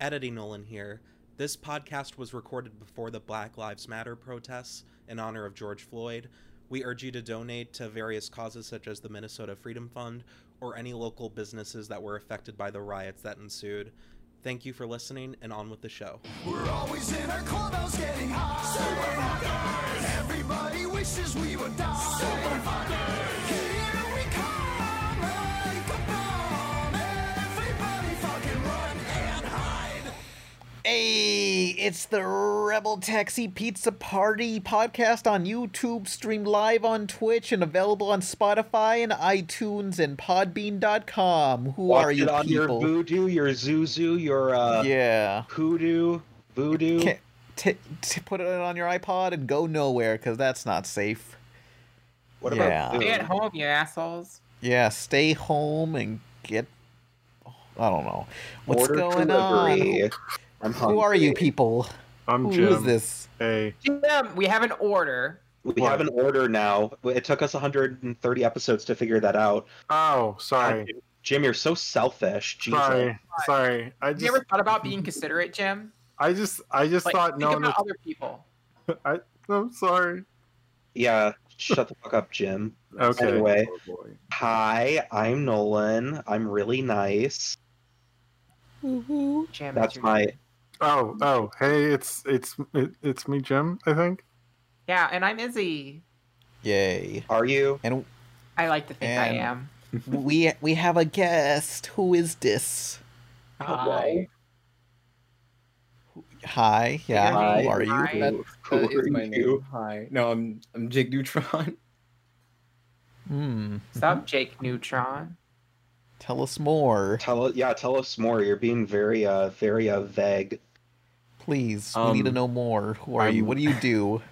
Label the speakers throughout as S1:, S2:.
S1: Editing Nolan here. This podcast was recorded before the Black Lives Matter protests in honor of George Floyd. We urge you to donate to various causes such as the Minnesota Freedom Fund or any local businesses that were affected by the riots that ensued. Thank you for listening and on with the show.
S2: We're always in our clubhouse getting high. Superfuckers! Everybody wishes we would die. Superfuckers! Here we come, like a bomb. Everybody fucking run and hide.
S3: Hey, it's the Rebel Taxi Pizza Party podcast on YouTube, streamed live on Twitch, and available on Spotify and iTunes and Podbean.com. Who
S4: Watch
S3: are you
S4: it on
S3: people?
S4: your voodoo, your zuzu, your uh,
S3: yeah.
S4: hoodoo, voodoo.
S3: Can't t- t- put it on your iPod and go nowhere because that's not safe.
S4: What
S3: yeah.
S4: about voodoo?
S5: Stay at home, you assholes.
S3: Yeah, stay home and get. I don't know. What's
S4: Order
S3: going
S4: delivery.
S3: on?
S4: I'm
S3: Who are
S4: hungry.
S3: you people?
S6: I'm
S3: Who
S6: Jim.
S3: is this?
S6: Hey,
S5: Jim, we have an order.
S4: We have an order now. It took us 130 episodes to figure that out.
S6: oh, sorry,
S4: Jim, you're so selfish. Jesus.
S6: sorry, sorry. I
S5: Have
S6: just,
S5: you ever thought about being considerate, Jim?
S6: I just, I just
S5: Like,
S6: thought
S5: think
S6: no one.
S5: about
S6: Was,
S5: other people.
S6: I, I'm sorry.
S4: Yeah, shut the fuck up, Jim.
S6: Okay.
S4: Anyway. Hi, I'm Nolan. I'm really nice.
S5: Jim,
S4: That's
S5: it's your-
S4: my.
S6: Oh, oh, hey, it's, it's, it, it's me, Jim. I think.
S5: Yeah, and I'm Izzy.
S3: Yay!
S4: Are you?
S3: And
S5: I like to think I
S3: And-
S5: am.
S3: we we have a guest. Who is this?
S4: Oh,
S5: Hi.
S3: Hi. Yeah.
S5: Hi.
S3: Who are you?
S5: Hi.
S7: That,
S4: Who
S7: that
S4: are
S7: is my
S4: you?
S7: name. Hi. No, I'm I'm Jake Neutron.
S3: Hmm.
S5: What's up, Jake Neutron?
S3: Tell us more,
S4: Tell yeah, tell us more. You're being very uh very uh vague.
S3: please. we need to
S7: Um,
S3: know more. Who are you?
S7: I'm-
S3: What do you do?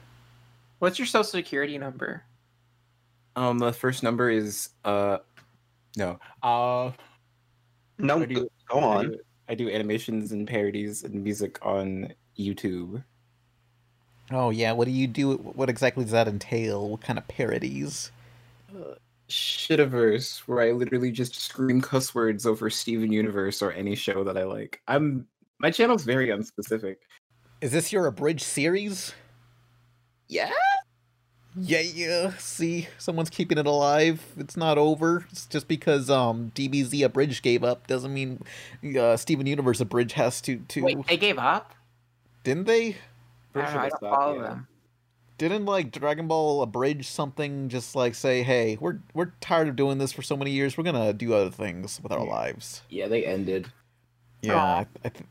S5: What's your social security number?
S7: Um, the first number is uh, no. Uh,
S4: No,
S7: I do-
S4: go
S7: I
S4: on.
S7: do, I do animations and parodies and music on YouTube.
S3: Oh yeah. What do you do? What exactly does that entail? What kind of parodies?
S7: Shitiverse, where I literally just scream cuss words over Steven Universe or any show that I like. I'm my channel's very unspecific.
S3: Is this your abridged series?
S7: Yeah.
S3: Yeah, yeah. See, someone's keeping it alive. It's not over. It's just because um DBZ Abridge gave up doesn't mean uh, Steven Universe Abridge has to to.
S5: Wait, they gave up?
S3: Didn't they?
S5: I
S7: Pretty
S5: don't
S7: sure
S5: know. I
S7: they
S5: don't
S7: stopped,
S5: follow
S7: yeah.
S5: them.
S3: Didn't like Dragon Ball Abridge something just like say, hey, we're we're tired of doing this for so many years. We're gonna do other things with our lives.
S7: Yeah, they ended.
S3: Yeah, I, I, th-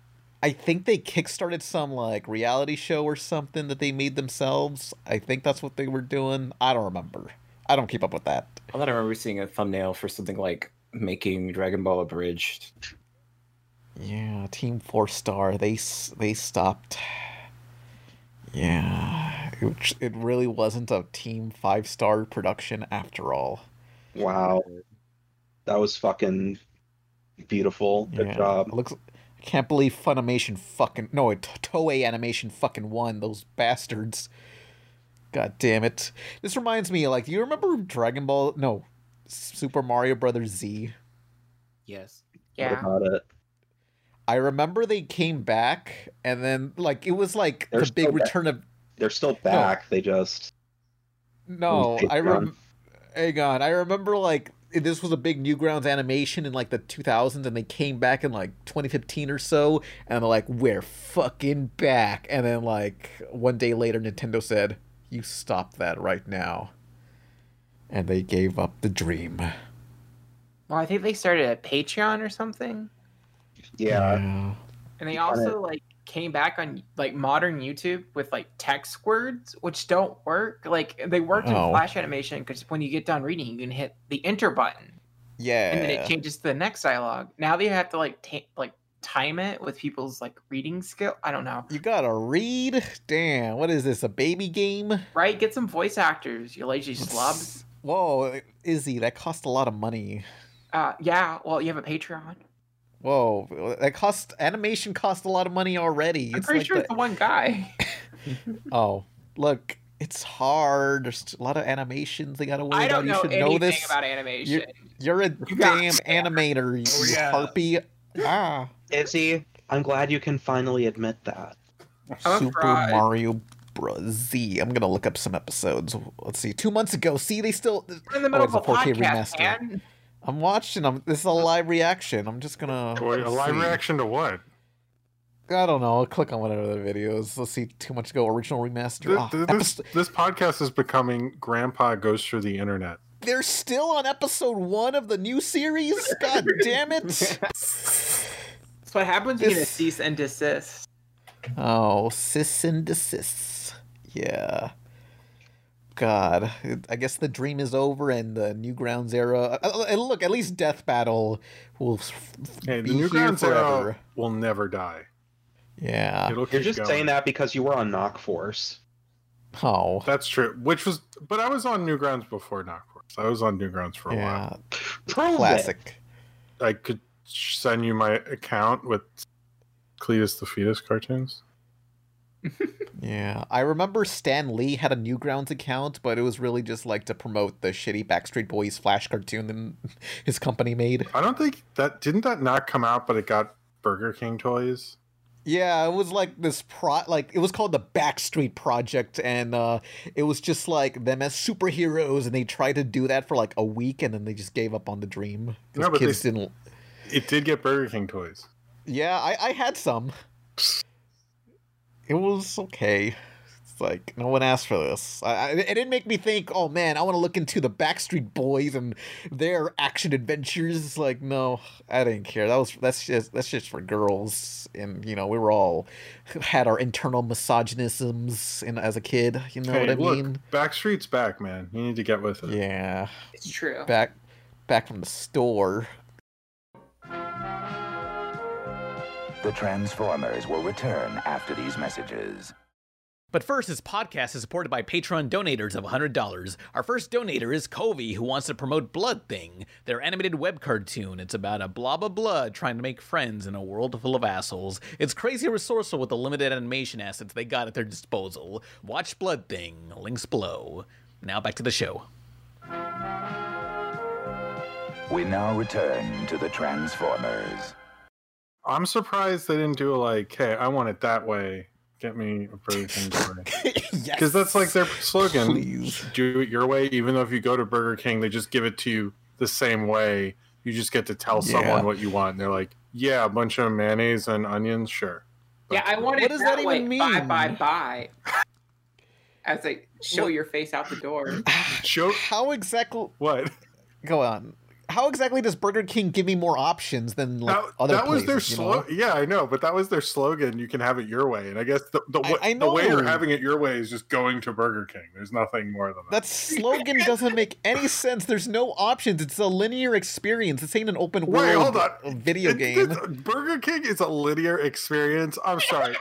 S3: I think they kickstarted some like reality show or something that they made themselves. I think that's what they were doing. I don't remember. I don't keep up with that.
S7: I thought I remember seeing a thumbnail for something like making Dragon Ball abridged.
S3: Yeah, Team Four Star. They s- they stopped. Yeah, it, was- it really wasn't a Team Five Star production after all.
S4: Wow. That was fucking beautiful. Good
S3: yeah. It
S4: job.
S3: looks. I can't believe Funimation fucking no, it- Toei Animation fucking won those bastards. God damn it! This reminds me, like, do you remember Dragon Ball? No, Super Mario Brothers Z.
S7: Yes.
S4: What
S5: Yeah.
S4: about it?
S3: I remember they came back, and then like it was like
S4: They're
S3: the big
S4: still back.
S3: return of
S4: They're still back. They just
S3: no.
S4: Big
S3: I
S4: run.
S3: rem- hang on. I remember like this was a big Newgrounds animation in like the 2000s, and they came back in like 2015 or so, and they're like, "We're fucking back!" And then like one day later, Nintendo said, "You stop that right now," and they gave up the dream.
S5: Well, I think they started a Patreon or something.
S4: yeah.
S5: And they
S4: You gotta-
S5: also like came back on like modern YouTube with like text words, which don't work. Like they worked
S3: Oh.
S5: in Flash animation because when you get done reading, you can hit the enter button,
S3: yeah.
S5: and then it changes to the next dialogue. Now they have to like ta- like time it with people's like reading skill. I don't know,
S3: you gotta read. Damn, what is this? A baby game?
S5: right? Get some voice actors, you lazy slobs.
S3: Whoa, Izzy, that cost a lot of money.
S5: Uh, yeah. Well, you have a Patreon.
S3: Whoa, that cost animation cost a lot of money already.
S5: I'm pretty
S3: like
S5: sure
S3: the-
S5: it's the one guy.
S3: Oh, look, it's hard. There's a lot of animations they gotta worry
S5: I
S3: about.
S5: don't
S3: You
S5: know
S3: should
S5: anything
S3: know this.
S5: about animation.
S3: You're a
S5: You got Oh,
S3: damn animator, you harpy. Ah,
S4: Izzy, I'm glad you can finally admit that.
S5: I'm
S3: Super
S5: fried.
S3: Mario Bros. Z. I'm gonna look up some episodes. Let's see. Two months ago. See, they still.
S5: We're in the middle
S3: it's
S5: of
S3: a
S5: a
S3: 4K
S5: podcast,
S3: remaster.
S5: man.
S3: I'm watching. I'm. This is a live reaction. I'm just gonna.
S6: Wait, a live
S3: see.
S6: reaction to what?
S3: I don't know. I'll click on one of the videos. Let's see. Two months ago, original remaster.
S6: Th-
S4: Oh,
S3: Ah,
S6: th-
S3: epis-
S6: this, this podcast is becoming Grandpa Goes Through the Internet.
S3: They're still on episode one of the new series. God damn it!
S5: That's what happens when you
S3: This-
S5: cease and desist.
S3: Oh, sis and desist. Yeah. God, it- I guess the dream is over and the Newgrounds era. uh, uh, And look, at least Death Battle will f-
S6: Hey, the
S3: Be here
S6: Newgrounds
S3: forever.
S6: era will never die.
S3: Yeah.
S6: It'll
S4: Ah, You're
S6: keep
S4: just
S6: going.
S4: saying that because you were on Knock Force.
S3: Oh.
S6: That's true. Which was, but I was on Newgrounds before Knockforce. I was on Newgrounds for a while.
S3: Yeah.
S4: Prove it.
S3: Classic.
S6: I could send you my account with Cletus the Fetus cartoons.
S3: Yeah. I remember Stan Lee had a Newgrounds account, but it was really just like to promote the shitty Backstreet Boys flash cartoon that his company made.
S6: I don't think that didn't that not come out, but it got Burger King toys.
S3: Yeah, it was like this pro like it was called the Backstreet Project and uh it was just like them as superheroes and they tried to do that for like a week and then they just gave up on the dream. 'cause
S6: No, but they-
S3: kids didn't
S6: It did get Burger King toys.
S3: Yeah, I, I had some. It was okay. It's like no one asked for this. I, I, it didn't make me think. Oh man, I want to look into the Backstreet Boys and their action adventures. It's Like no, I didn't care. That was that's just that's just for girls. And you know we were all had our internal misogynisms in, as a kid. You know
S6: hey,
S3: what I
S6: look,
S3: mean?
S6: Backstreet's back, man. You need to get with it.
S3: Yeah,
S5: It's true.
S3: back back from the store.
S8: The Transformers will return after these messages.
S9: But first, this podcast is supported by Patreon donators of $100. Our first donator is Covey, who wants to promote Blood Thing, their animated web cartoon. It's about a blob of blood trying to make friends in a world full of assholes. It's crazy resourceful with the limited animation assets they got at their disposal. Watch Blood Thing. Links below. Now back to the show.
S8: We now return to the Transformers.
S6: I'm surprised they didn't do a like, hey, I want it that way. Get me a Burger King toy.
S3: yes,
S6: Because that's like their slogan.
S3: Please.
S6: Do it your way, even though if you go to Burger King, they just give it to you the same way. You just get to tell
S3: Yeah.
S6: someone what you want. And they're like, yeah, a bunch of mayonnaise and onions, sure.
S5: Yeah, I wanted
S3: What does
S5: that,
S3: that even
S5: way. Bye,
S3: mean?
S5: bye, bye. I was like, show
S3: What-
S5: your face out the door.
S6: Show
S3: How exactly?
S6: what?
S3: go on. How exactly does Burger King give me more options than like,
S6: That,
S3: other
S6: that was
S3: places?
S6: their
S3: you know?
S6: slogan. Yeah, I know, but that was their slogan. You can have it your way. And I guess the, the,
S3: I-
S6: wa-
S3: I
S6: the way you're
S3: know.
S6: having it your way is just going to Burger King. There's nothing more than that.
S3: That slogan doesn't make any sense. There's no options. It's a linear experience. This ain't an open world
S6: Wait, hold on.
S3: video
S6: It-
S3: game.
S6: it's- Burger King is a linear experience. I'm sorry.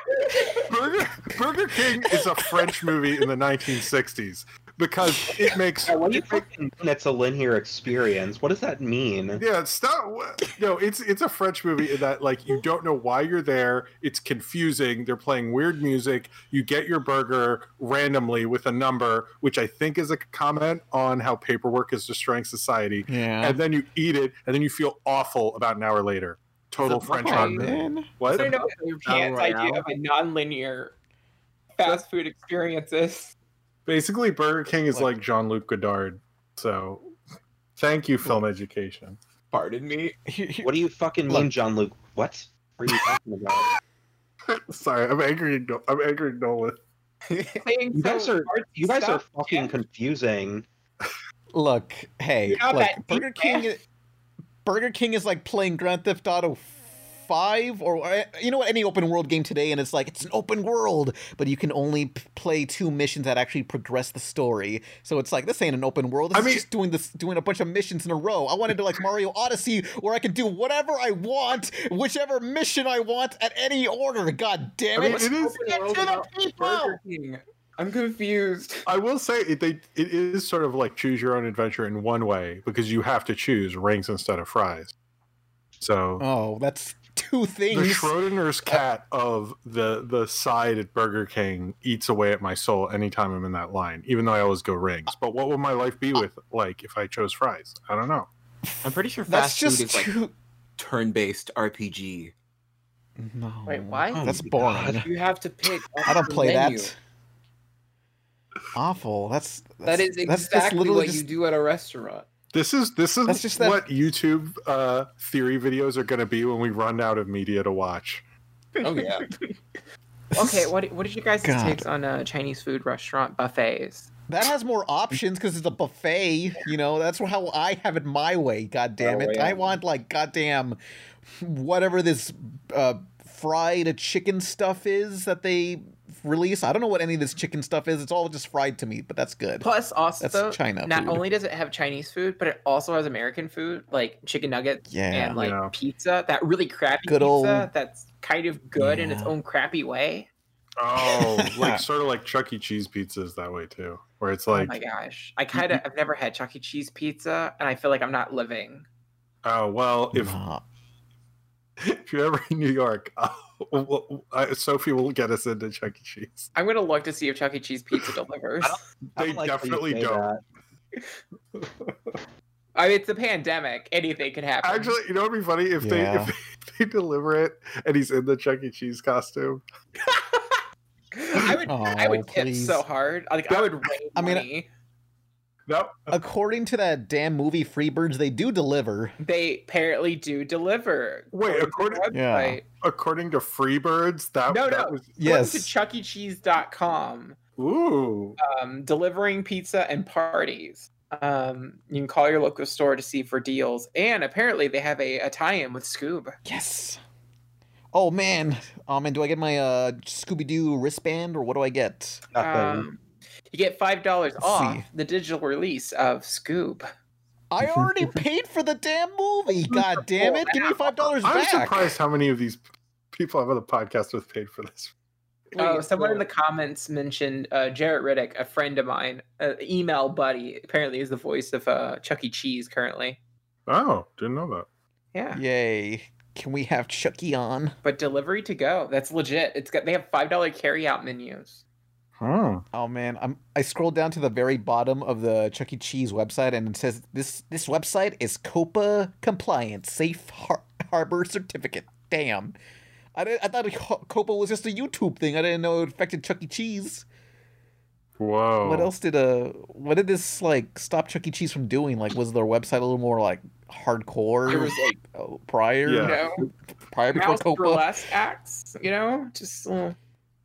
S6: Burger, Burger King is a French movie in the 1960s because it makes.
S4: Yeah, what do you fucking mean it's a linear experience? What does that mean?
S6: Yeah, stop. No, it's it's a French movie in that like you don't know why you're there. It's confusing. They're playing weird music. You get your burger randomly with a number, which I think is a comment on how paperwork is destroying society.
S3: yeah.
S6: And then you eat it, and then you feel awful about an hour later. Total
S7: Is it-
S6: French
S7: Come on,
S6: hunger.
S3: man.
S5: I
S6: What?
S5: don't know what Pan's
S7: Battle
S5: idea of a non-linear fast food experience is.
S6: Basically, Burger King is
S3: Like-
S6: like Jean Luc Godard. So, thank you, film education.
S7: Pardon me.
S3: Here- here-
S4: What do you fucking mean, John Luke? What? What are you talking about?
S6: Sorry, I'm angry. at No- I'm angry, at Nolan.
S5: Saying
S4: You guys
S5: so
S4: are
S5: artsy
S4: you guys are
S5: stuff,
S4: fucking
S5: Jan.
S4: confusing.
S3: Look, hey,
S5: You got
S3: look,
S5: that
S3: Burger
S5: deep breath.
S3: King. i- Burger King is like playing Grand Theft Auto Five or uh, you know what any open world game today, and it's like it's an open world, but you can only p- play two missions that actually progress the story. So it's like this ain't an open world. This
S6: I
S3: is
S6: mean-
S3: just doing this, doing a bunch of missions in a row. I wanted to like Mario Odyssey, where I could do whatever I want, whichever mission I want at any order. God damn
S6: I mean,
S3: it!
S6: it is.
S7: Open world about
S3: people.
S7: Burger King. I'm confused.
S6: I will say it, they, it is sort of like choose your own adventure in one way because you have to choose rings instead of fries. So
S3: Oh, Uh, that's two
S6: the
S3: things.
S6: Schrodinger's cat of the the side at Burger King eats away at my soul anytime I'm in that line, even though I always go rings. But what would my life be with like if I chose fries? I don't know.
S7: I'm pretty sure
S3: that's
S7: fast
S3: just
S7: food is like
S3: two.
S7: turn-based RPG.
S3: No.
S5: Wait, why?
S3: That's boring.
S4: God.
S10: You have to pick.
S3: uh, I don't play
S10: menu.
S3: that. Awful. That's,
S10: That
S3: that's
S10: is
S3: that's just
S10: exactly
S3: literally
S10: what
S3: just-
S10: you do at a restaurant.
S6: This is this is
S3: That's just that-
S6: what YouTube uh, theory videos are going to be when we run out of media to watch.
S10: Oh yeah.
S5: Okay, what what did you guys'
S3: God.
S5: takes on uh, Chinese food restaurant buffets?
S3: That has more options because it's a buffet. You know, that's how I have it my way. God damn
S10: Oh,
S3: it!
S10: yeah.
S3: I want like goddamn whatever this uh, fried chicken stuff is that they release. I don't know what any of this chicken stuff is. It's all just fried to me, but that's good.
S5: Plus, also,
S3: That's China
S5: not
S3: food.
S5: only does it have Chinese food, but it also has American food, like chicken nuggets
S3: Yeah.
S5: and like
S6: Yeah.
S5: pizza. That really crappy
S3: Good
S5: pizza
S3: old-
S5: that's kind of good in its
S3: Yeah.
S5: own crappy way.
S6: Oh, like sort of like Chuck E. Cheese pizzas that way too, where it's
S5: oh
S6: like,
S5: my gosh,
S3: Mm-hmm.
S5: I kind of I've never had Chuck E. Cheese pizza, and I feel like I'm not living.
S6: oh well, if
S3: Nah.
S6: if you're ever in New York, uh, well, uh, Sophie will get us into Chuck E. Cheese.
S5: I'm gonna look to see if Chuck E. Cheese pizza delivers.
S4: I
S6: They
S4: don't like how you
S6: definitely
S4: say
S6: don't.
S4: that.
S5: I mean, it's a pandemic; anything could happen.
S6: Actually, you know what'd be funny if
S3: Yeah.
S6: they if they deliver it and he's in the Chuck E. Cheese costume.
S5: I would I
S3: Oh,
S5: would tip
S3: please.
S5: so hard. Like I would. raise
S3: I mean,
S5: money.
S6: No,
S3: According to that damn movie Freebirds, they do deliver.
S5: they apparently do deliver.
S6: Wait,
S5: Go to their
S6: according-
S3: Yeah.
S5: website.
S6: according to Freebirds, that
S5: No,
S6: that
S5: no.
S6: was
S5: to E.
S3: Yes.
S5: chuckycheese.com
S6: ooh.
S5: um, delivering pizza and parties um, you can call your local store to see for deals and apparently they have a, a tie-in with scoob
S3: Yes. Oh man, um, and do I get my uh Scooby Doo wristband or what do I get?
S4: Nothing.
S5: um, you get five dollars off
S3: Uh-huh. see.
S5: the digital release of scoob
S3: I already paid for the damn movie. God damn it! Give me five dollars
S6: I'm
S3: back.
S6: surprised how many of these p- people I've on the podcast with paid for this.
S5: oh
S10: Wait,
S5: someone in the
S10: what?
S5: comments mentioned uh, jarrett riddick a friend of mine uh, email buddy apparently is the voice of uh, chuck e cheese currently
S6: Oh, didn't know that.
S5: yeah
S3: Yay! Can we have Chucky on?
S5: but delivery to go that's legit it's got they have five dollar carry out menus
S6: Oh,
S3: Oh man, I'm I scrolled down to the very bottom of the Chuck E. Cheese website and it says this this website is COPA compliant, safe har- harbor certificate. Damn. I, did I thought Co- COPA was just a YouTube thing. I didn't know it affected Chuck E. Cheese.
S6: whoa.
S3: What else did uh what did this like stop Chuck E. Cheese from doing? Like was their website a little more like hardcore
S10: There was like
S3: uh, prior
S6: Yeah.
S5: you know
S3: prior before
S5: mouse
S3: COPA?
S5: burlesque acts, you know, just a little,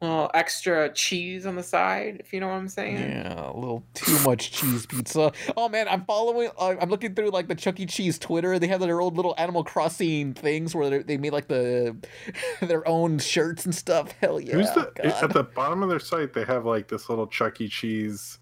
S5: little extra cheese on the side, if you know what I'm saying.
S3: Yeah, a little too much cheese pizza. Oh man, I'm following. Uh, I'm looking through like the Chuck E. Cheese Twitter. They have their old little Animal Crossing things where they're- they made like the their own shirts and stuff. Hell yeah!
S6: Who's the eh,
S3: God.
S6: at the bottom of their site? They have like this little Chuck E. Cheese,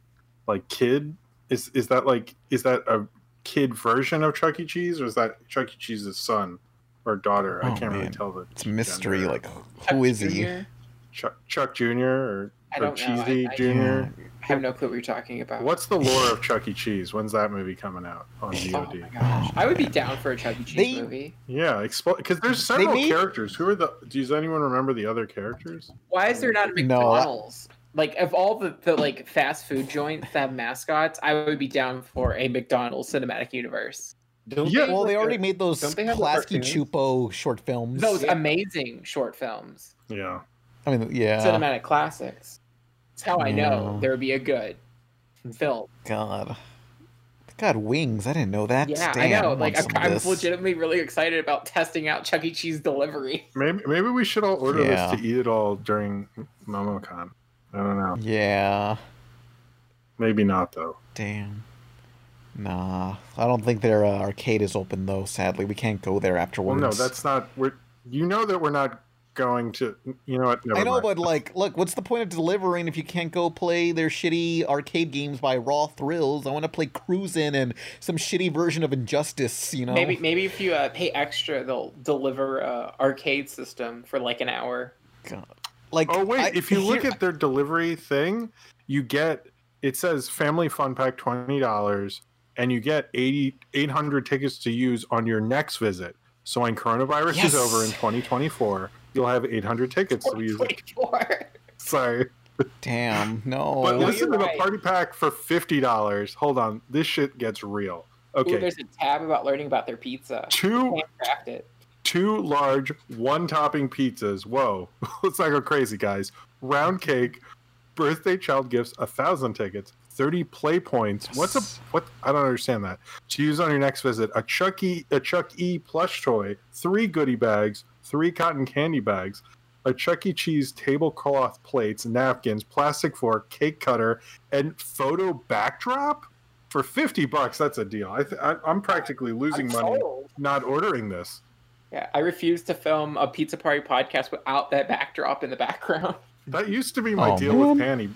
S6: like kid. Is is that like is that a kid version of Chuck E. Cheese or is that Chuck E. Cheese's son or daughter? I
S3: Oh,
S6: can't really
S3: man.
S6: tell the
S3: It's a mystery.
S6: gender.
S3: Like
S5: Chuck E.
S3: who is he?
S5: Junior?
S6: Chuck Chuck Junior or,
S5: I
S6: or
S5: don't know. I-
S6: Cheesy
S5: I-
S6: Junior.
S5: I have no clue what you're talking about.
S6: What's the lore of Chuck E. Cheese? When's that movie coming out on VOD?
S5: Oh my gosh. I would be down for a Chuck E. Cheese
S3: They-
S5: movie.
S6: Yeah, explain because there's several
S3: made-
S6: characters. Who are the? Does anyone remember the other characters?
S5: Why is there not a
S3: No, I-
S5: McDonald's? Like of all the, the like fast food joints that have mascots, I would be down for a McDonald's cinematic universe.
S10: don't
S6: Yeah,
S3: Well, they
S10: like,
S3: already
S10: a-
S3: made those
S10: don't they have the
S3: Klasky
S10: cartoons?
S3: Chupo short films.
S5: Those amazing short films,
S6: Yeah,
S3: I mean, yeah.
S5: cinematic classics. That's how I know
S3: Yeah.
S5: there would be a good film.
S3: God. God, wings. I didn't know that.
S5: Yeah,
S3: Damn,
S5: I know.
S3: want
S5: Like,
S3: some
S5: I'm,
S3: of
S5: I'm
S3: this.
S5: legitimately really excited about testing out Chuck E. Cheese delivery.
S6: maybe maybe we should all order
S3: Yeah.
S6: this to eat it all during MomoCon. I don't know.
S3: Yeah.
S6: Maybe not though.
S3: Damn. Nah, I don't think their uh, arcade is open though. Sadly, we can't go there
S6: Well,
S3: afterwards.
S6: no, that's not. We're you know that we're not going to. You know what? Never
S3: I know,
S6: mind.
S3: but like, look, what's the point of delivering if you can't go play their shitty arcade games by Raw Thrills? I want to play Cruisin' and some shitty version of Injustice. You know,
S5: Maybe maybe if you uh, pay extra, they'll deliver uh, arcade system for like an hour.
S3: God. like.
S6: Oh wait,
S3: I-
S6: if you look
S3: here-
S6: at their delivery thing, you get it says family fun pack twenty dollars, and you get 80, 800 tickets to use on your next visit. So when coronavirus
S3: Yes.
S6: is over in twenty twenty four, you'll have eight hundred tickets to be used.
S5: Twenty-four.
S6: Sorry,
S3: damn,
S6: but
S3: no,
S6: listen
S5: you're
S6: to
S5: right.
S6: the party pack for fifty dollars. Hold on, this shit gets real.
S5: Ooh,
S6: Okay,
S5: there's a tab about learning about their pizza.
S6: two
S5: Handcraft it.
S6: two two large one topping pizzas. Whoa, let's not go crazy, guys. Round cake, birthday child gifts, a thousand tickets, thirty play points. What's a what? I don't understand that. To use on your next visit, a Chuck E a Chuck E plush toy, three goodie bags, three cotton candy bags, a Chuck E. Cheese tablecloth plates, napkins, plastic fork, cake cutter, and photo backdrop for fifty bucks. That's a deal. I th- I, I'm practically losing money
S5: sold.
S6: not ordering this.
S5: Yeah, I refuse to film a pizza party podcast without that backdrop in the background.
S6: That used to be my
S9: Oh,
S6: deal with Panny.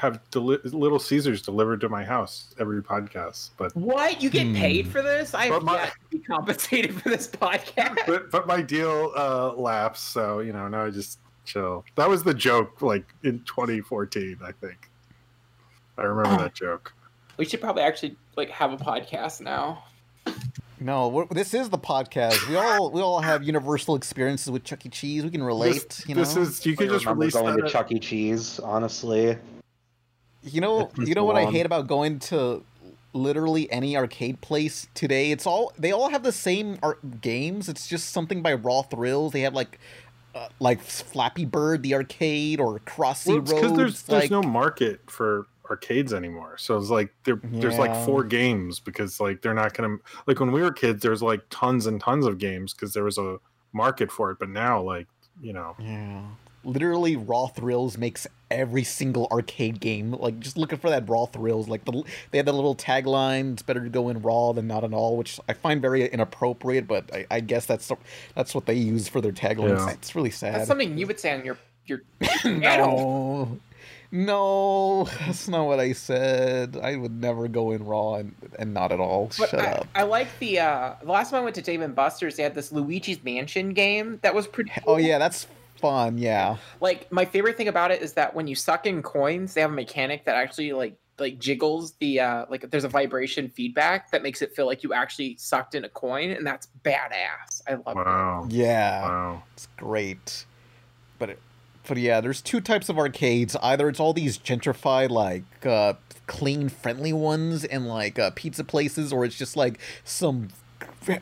S6: Have deli- Little Caesars delivered to my house every podcast, but
S5: What? You get
S3: Hmm.
S5: paid for this? I have
S6: But my-
S5: yet to be compensated for this podcast.
S6: but, but my deal uh, lapsed, so you know now I just chill. That was the joke, like in 2014, I think. I
S4: Ah.
S6: remember that joke.
S5: We should probably actually like have a podcast now.
S3: No, we're- this is the podcast. We all we all have universal experiences with Chuck E. Cheese. We can relate.
S6: This,
S3: you know,
S6: this is you could
S4: I
S6: just
S4: remember
S6: release
S4: going to
S6: that.
S4: Chuck E. Cheese. Honestly,
S3: you know,
S4: is
S3: you know what I
S4: long.
S3: hate about going to literally any arcade place today. It's all they all have the same ar games. It's just something by Raw Thrills. They have like. Uh, like Flappy Bird, the arcade, or Crossy
S6: Well,
S3: Roads.
S6: it's because there's there's
S3: like,
S6: no market for arcades anymore. So it's like there there's like
S3: Yeah.
S6: four games because like they're not gonna like when we were kids there's like tons and tons of games because there was a market for it. But now like you know
S3: Yeah. Literally, Raw Thrills makes every single arcade game. Like, just looking for that Raw Thrills. Like, the, they had that little tagline, it's better to go in raw than not at all, which I find very inappropriate, but I, I guess that's the- that's what they use for their taglines.
S6: Yeah.
S3: It's really sad.
S5: That's something you would say on your your channel.
S3: no. No, that's not what I said. I would never go in raw and, and not at all.
S5: But
S3: Shut
S5: I,
S3: up.
S5: I like the uh the last time I went to Dave and Buster's, they had this Luigi's Mansion game that was pretty.
S3: Oh, yeah, that's fun. Yeah.
S5: Like my favorite thing about it is that when you suck in coins, they have a mechanic that actually like like jiggles the uh like there's a vibration feedback that makes it feel like you actually sucked in a coin, and that's badass. I love it.
S6: wow
S3: Uh, Yeah.
S6: wow
S3: It's great. But it, but yeah, there's two types of arcades. Either it's all these gentrified like uh clean friendly ones and like uh pizza places or it's just like some b-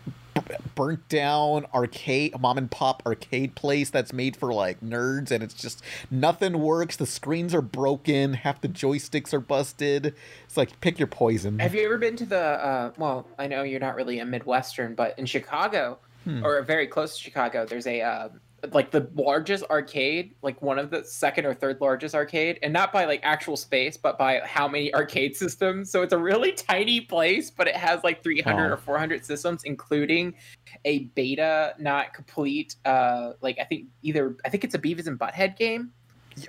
S3: burnt down arcade mom and pop arcade place that's made for like nerds and it's just nothing works the screens are broken half the joysticks are busted it's like pick your poison
S5: Have you ever been to the? Uh, well, I know you're not really a Midwestern, but in Chicago, or very close to Chicago, there's a uh, like the largest arcade, like one of the second or third largest arcade, and not by like actual space, but by how many arcade systems. So it's a really tiny place, but it has like 300
S3: Wow.
S5: or 400 systems, including a beta, not complete. Uh, like I think either I think it's a Beavis and Butthead game.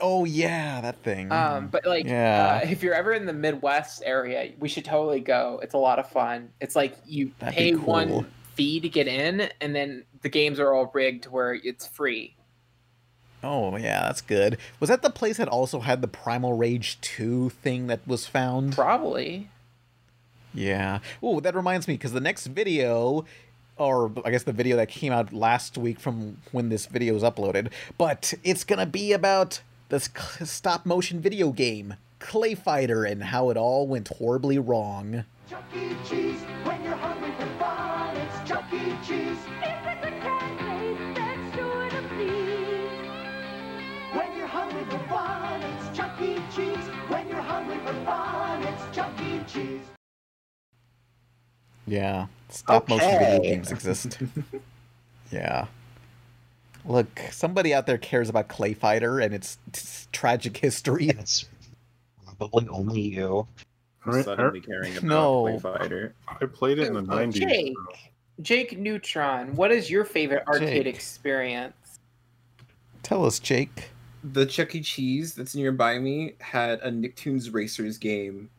S3: oh yeah that thing
S5: Um, but like,
S3: Yeah.
S5: uh, if you're ever in the Midwest area, we should totally go. It's a lot of fun. It's like you
S3: That'd be
S5: pay
S3: cool.
S5: one fee to get in, and then the games are all rigged to where it's free.
S3: Oh yeah, that's good. Was that the place that also had the Primal Rage 2 thing that was found?
S5: Probably.
S3: Yeah. Oh, that reminds me cuz the next video or I guess the video that came out last week from when this video was uploaded, but it's going to be about this cl- stop motion video game Clay Fighter and how it all went horribly wrong.
S2: Chuck E. Cheese, when you're hungry for fun, it's Chuck E. Cheese. If it's a cat place, that's sure to please. When you're hungry for fun, it's Chuck E. Cheese. When you're hungry for fun, it's Chuck E. Cheese.
S3: Yeah. Stop motion video
S4: Okay.
S3: games exist. yeah. Look, somebody out there cares about Clay Fighter and its, its tragic history.
S4: and it's probably only you.
S6: I,
S7: suddenly caring about
S3: No.
S7: Clay Fighter.
S6: I- I played it in the
S5: So,
S6: 90s
S5: Jake,
S6: so-
S5: Jake Neutron, what is your favorite arcade
S3: Jake.
S5: experience?
S3: Tell us, Jake.
S7: The Chuck E. Cheese that's nearby me had a Nicktoons Racers game.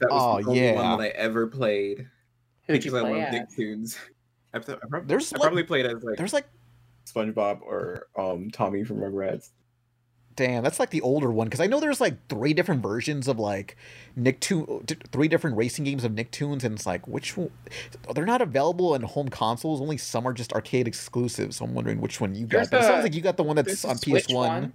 S7: That was
S3: Oh,
S7: the only
S3: yeah.
S7: one that I ever played
S5: Who'd you
S7: because I
S5: play as?
S7: love Nicktoons. I, th- I, prob-
S3: There's
S7: I
S3: like-
S7: probably played as like
S3: There's like,
S7: SpongeBob or um, Tommy from Rugrats.
S3: damn, that's like the older one because I know there's like three different versions of like Nicktoon, d- three different racing games of Nicktoons, and it's like which one? They're not available on home consoles. Only some are just arcade exclusive. So I'm wondering which one you got.
S5: There's
S3: But it
S5: a-
S3: sounds like you got the one that's
S5: there's a
S3: on
S5: Switch
S3: PS One.
S5: one.